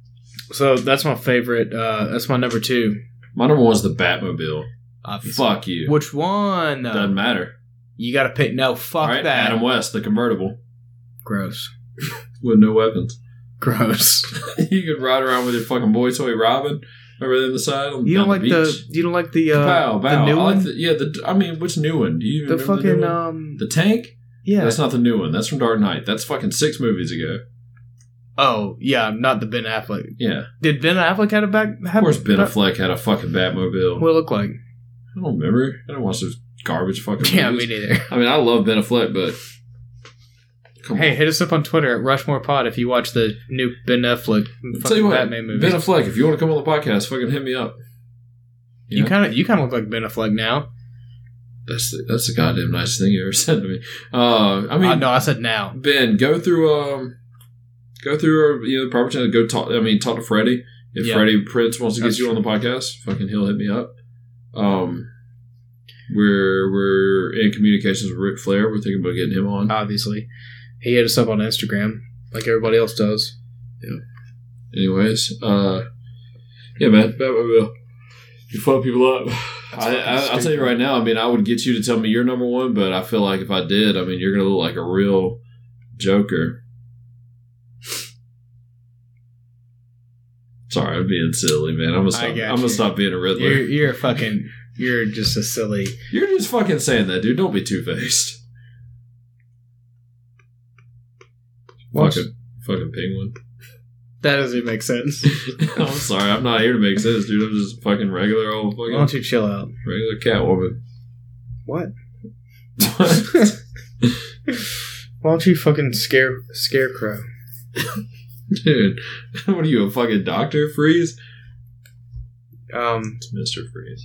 Speaker 2: So that's my favorite. Uh, that's my number two.
Speaker 1: My number one's the Batmobile.
Speaker 2: Obviously.
Speaker 1: Fuck you.
Speaker 2: Which one? though?
Speaker 1: Doesn't matter.
Speaker 2: You got to pick. No, fuck
Speaker 1: All right,
Speaker 2: that.
Speaker 1: Adam West, the convertible
Speaker 2: Gross.
Speaker 1: with no weapons.
Speaker 2: Gross.
Speaker 1: you could ride around with your fucking boy toy Robin over there on the side. On,
Speaker 2: You don't
Speaker 1: down
Speaker 2: like
Speaker 1: the,
Speaker 2: the?
Speaker 1: beach.
Speaker 2: You don't like the? Uh,
Speaker 1: bow, bow.
Speaker 2: The new
Speaker 1: I like
Speaker 2: one.
Speaker 1: the- yeah, the. I mean, which new one? Do you
Speaker 2: the
Speaker 1: remember the,
Speaker 2: fucking
Speaker 1: new one?
Speaker 2: um.
Speaker 1: the tank?
Speaker 2: yeah.
Speaker 1: That's not the new one. That's from Dark Knight. That's fucking six movies ago.
Speaker 2: oh yeah, not the Ben Affleck.
Speaker 1: Yeah,
Speaker 2: Did Ben Affleck had a back?
Speaker 1: of
Speaker 2: Have
Speaker 1: course Ben
Speaker 2: back-
Speaker 1: Affleck had a fucking Batmobile.
Speaker 2: What it look like?
Speaker 1: I don't remember. I don't watch those garbage fucking.
Speaker 2: Yeah, me
Speaker 1: movies.
Speaker 2: neither.
Speaker 1: I mean, I love Ben Affleck, but come
Speaker 2: Hey,
Speaker 1: on.
Speaker 2: hit us up on Twitter at Rushmore Pod if you watch the new Ben
Speaker 1: Tell
Speaker 2: Affleck
Speaker 1: you
Speaker 2: fucking
Speaker 1: what,
Speaker 2: Batman movie.
Speaker 1: Ben Affleck, if you want to come on the podcast, fucking hit me up.
Speaker 2: you
Speaker 1: Yeah.
Speaker 2: kind of you kind of look like Ben Affleck now.
Speaker 1: That's the, that's the goddamn nice thing you ever said to me. Uh, I
Speaker 2: I
Speaker 1: mean,
Speaker 2: no, I said now.
Speaker 1: Ben, go through um, go through our, you know the proper channel. Go talk. I mean, talk to Freddie. If
Speaker 2: Yeah.
Speaker 1: Freddie Prince wants to
Speaker 2: That's
Speaker 1: get you on the podcast, fucking he'll hit me up. Um, we're we're in communications with Ric Flair. We're thinking about getting him on.
Speaker 2: Obviously, he hit us up on Instagram like everybody else does.
Speaker 1: Anyways, uh, yeah, man, Batmobile. You fuck people up. I,
Speaker 2: fucking
Speaker 1: I, I'll tell
Speaker 2: stupid.
Speaker 1: you right now. I mean, I would get you to tell me you're number one, but I feel like if I did, I mean, you're gonna look like a real joker. Sorry, I'm being silly, man. I'm gonna stop.
Speaker 2: I
Speaker 1: I'm
Speaker 2: got
Speaker 1: gonna
Speaker 2: you.
Speaker 1: stop being a Riddler.
Speaker 2: You're
Speaker 1: You're,
Speaker 2: you're a fucking you're just a silly.
Speaker 1: just fucking saying that, dude. Don't be two faced.
Speaker 2: Watch-
Speaker 1: Fucking fucking penguin.
Speaker 2: That doesn't make sense.
Speaker 1: I'm sorry. I'm not here to make sense, dude. I'm just fucking regular old
Speaker 2: Why
Speaker 1: fucking
Speaker 2: don't you chill out?
Speaker 1: regular Catwoman.
Speaker 2: What? Why don't you fucking scare scarecrow?
Speaker 1: Dude, what are you, a fucking Dr. Freeze?
Speaker 2: Um,
Speaker 1: It's Mr. Freeze.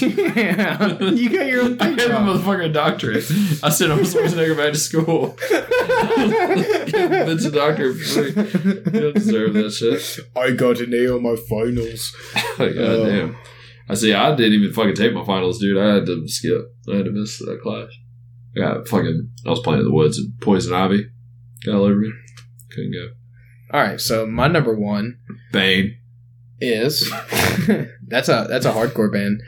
Speaker 2: yeah, you got your own
Speaker 1: I
Speaker 2: thing.
Speaker 1: had a
Speaker 2: wrong.
Speaker 1: motherfucking doctorate. I said I'm Schwarzenegger back to school. Bitch, a doctor. You don't deserve that shit.
Speaker 2: I got an A on my finals.
Speaker 1: God damn. I see, I didn't even fucking take my finals, dude. I had to skip. I had to miss that class. I got fucking, I was playing in the woods and poison ivy got all over me. Couldn't go.
Speaker 2: All right, so my number one
Speaker 1: Bane.
Speaker 2: is that's a that's a hardcore band.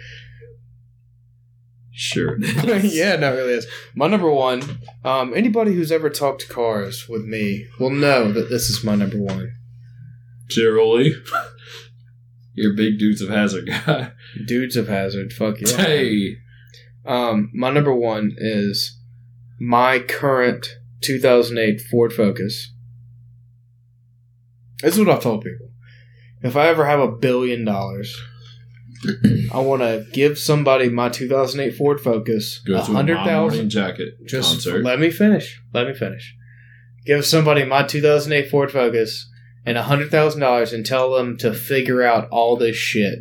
Speaker 1: Sure.
Speaker 2: yeah, no, it really is. My number one. Um, anybody who's ever talked cars with me will know that this is my number one.
Speaker 1: Generally, you're big dudes of hazard guy.
Speaker 2: Dudes of Hazard, fuck yeah.
Speaker 1: Hey,
Speaker 2: Um, my number one is my current 2008 Ford Focus. This is what I've told people. If I ever have a billion dollars, I want to give somebody my 2008 Ford Focus.
Speaker 1: Go to a
Speaker 2: hundred
Speaker 1: My
Speaker 2: thousand.
Speaker 1: Morning jacket
Speaker 2: Just
Speaker 1: concert.
Speaker 2: let me finish. Let me finish. Give somebody my 2008 Ford Focus and hundred thousand dollars and tell them to figure out all this shit.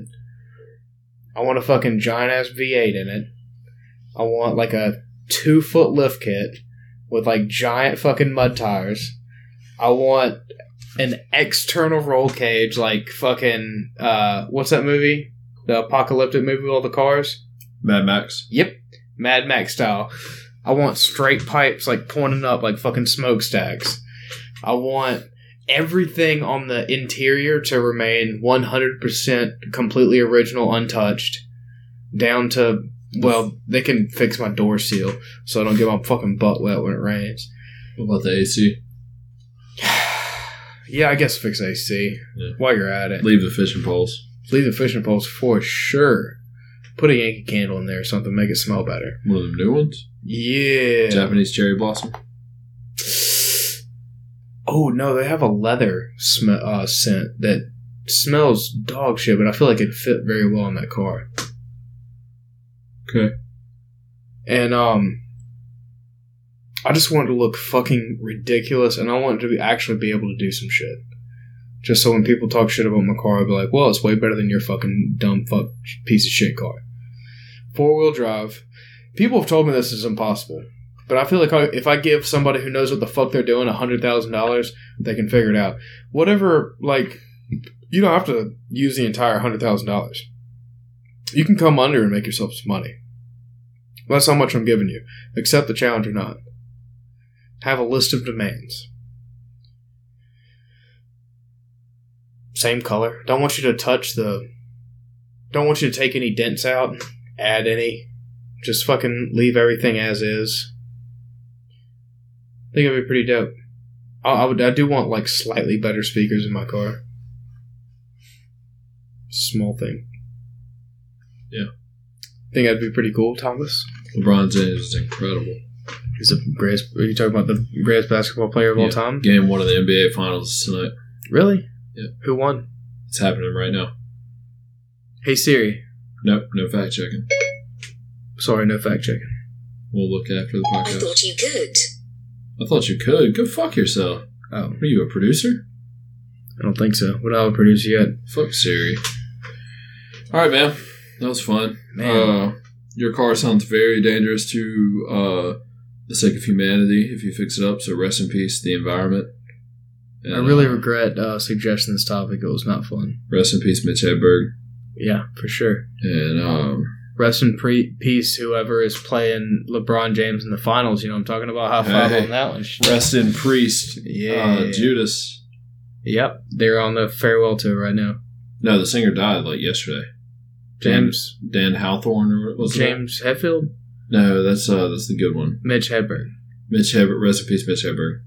Speaker 2: I want a fucking giant ass V8 in it. I want like a two foot lift kit with like giant fucking mud tires. I want an external roll cage like fucking uh what's that movie? The apocalyptic movie with all the cars?
Speaker 1: Mad Max.
Speaker 2: Yep. Mad Max style. I want straight pipes like pointing up like fucking smokestacks. I want everything on the interior to remain 100% completely original, untouched. Down to, well, they can fix my door seal so I don't get my fucking butt wet when it rains.
Speaker 1: What about the AC?
Speaker 2: Yeah, I guess fix AC
Speaker 1: Yeah.
Speaker 2: while you're at it.
Speaker 1: Leave the fishing poles.
Speaker 2: Leave the fishing poles for sure. Put a Yankee candle in there or something, make it smell better.
Speaker 1: One of them new ones.
Speaker 2: Yeah.
Speaker 1: Japanese cherry blossom.
Speaker 2: Oh no, they have a leather sm- uh, scent that smells dog shit, but I feel like it fit very well in that car.
Speaker 1: Okay.
Speaker 2: And um, I just wanted to look fucking ridiculous, and I wanted to be, actually be able to do some shit. Just so when people talk shit about my car, I'll be like, "Well, it's way better than your fucking dumb fuck piece of shit car." Four wheel drive. People have told me this is impossible. But I feel like I- if I give somebody who knows what the fuck they're doing hundred thousand dollars, they can figure it out. Whatever, like you don't have to use the entire hundred thousand dollars. You can come under and make yourself some money. That's how much I'm giving you. Accept the challenge or not. Have a list of demands. Same color. Don't want you to touch the. Don't want you to take any dents out. Add any. Just fucking leave everything as is think it'd be pretty dope. I, I would. I do want like slightly better speakers in my car. Small thing.
Speaker 1: Yeah.
Speaker 2: Think that'd be pretty cool, Thomas.
Speaker 1: LeBron James is incredible.
Speaker 2: He's the greatest. Are you talking about the greatest basketball player of
Speaker 1: Yeah.
Speaker 2: all time?
Speaker 1: Game one of the NBA Finals tonight.
Speaker 2: Really?
Speaker 1: Yeah.
Speaker 2: Who won?
Speaker 1: It's happening right now.
Speaker 2: Hey Siri.
Speaker 1: Nope, no fact checking.
Speaker 2: Sorry, no fact checking.
Speaker 1: We'll look after the
Speaker 5: I
Speaker 1: podcast.
Speaker 5: thought you could.
Speaker 1: I thought you could. Go fuck yourself.
Speaker 2: Oh,
Speaker 1: Are you a producer?
Speaker 2: I don't think so. What I would produce yet?
Speaker 1: Fuck Siri. All right, man. That was fun. Uh, your car sounds very dangerous to uh, the sake of humanity if you fix it up. So rest in peace, the environment. And,
Speaker 2: I really
Speaker 1: uh,
Speaker 2: regret uh, suggesting this topic. It was not fun.
Speaker 1: rest in peace, Mitch Hedberg,
Speaker 2: Yeah, for sure.
Speaker 1: and um,
Speaker 2: Rest in pre- peace, whoever is playing LeBron James in the finals. You know what I'm talking about? High five
Speaker 1: Hey.
Speaker 2: on that one.
Speaker 1: rest in priest,
Speaker 2: Yeah.
Speaker 1: uh, Judas.
Speaker 2: Yep. They're on the farewell tour right now.
Speaker 1: No, the singer died like yesterday.
Speaker 2: James
Speaker 1: Dan Hawthorne or what was it?
Speaker 2: James Hetfield,
Speaker 1: No, that's uh, that's the good one.
Speaker 2: Mitch Hedberg.
Speaker 1: Mitch Hedberg. Rest in peace, Mitch Hedberg.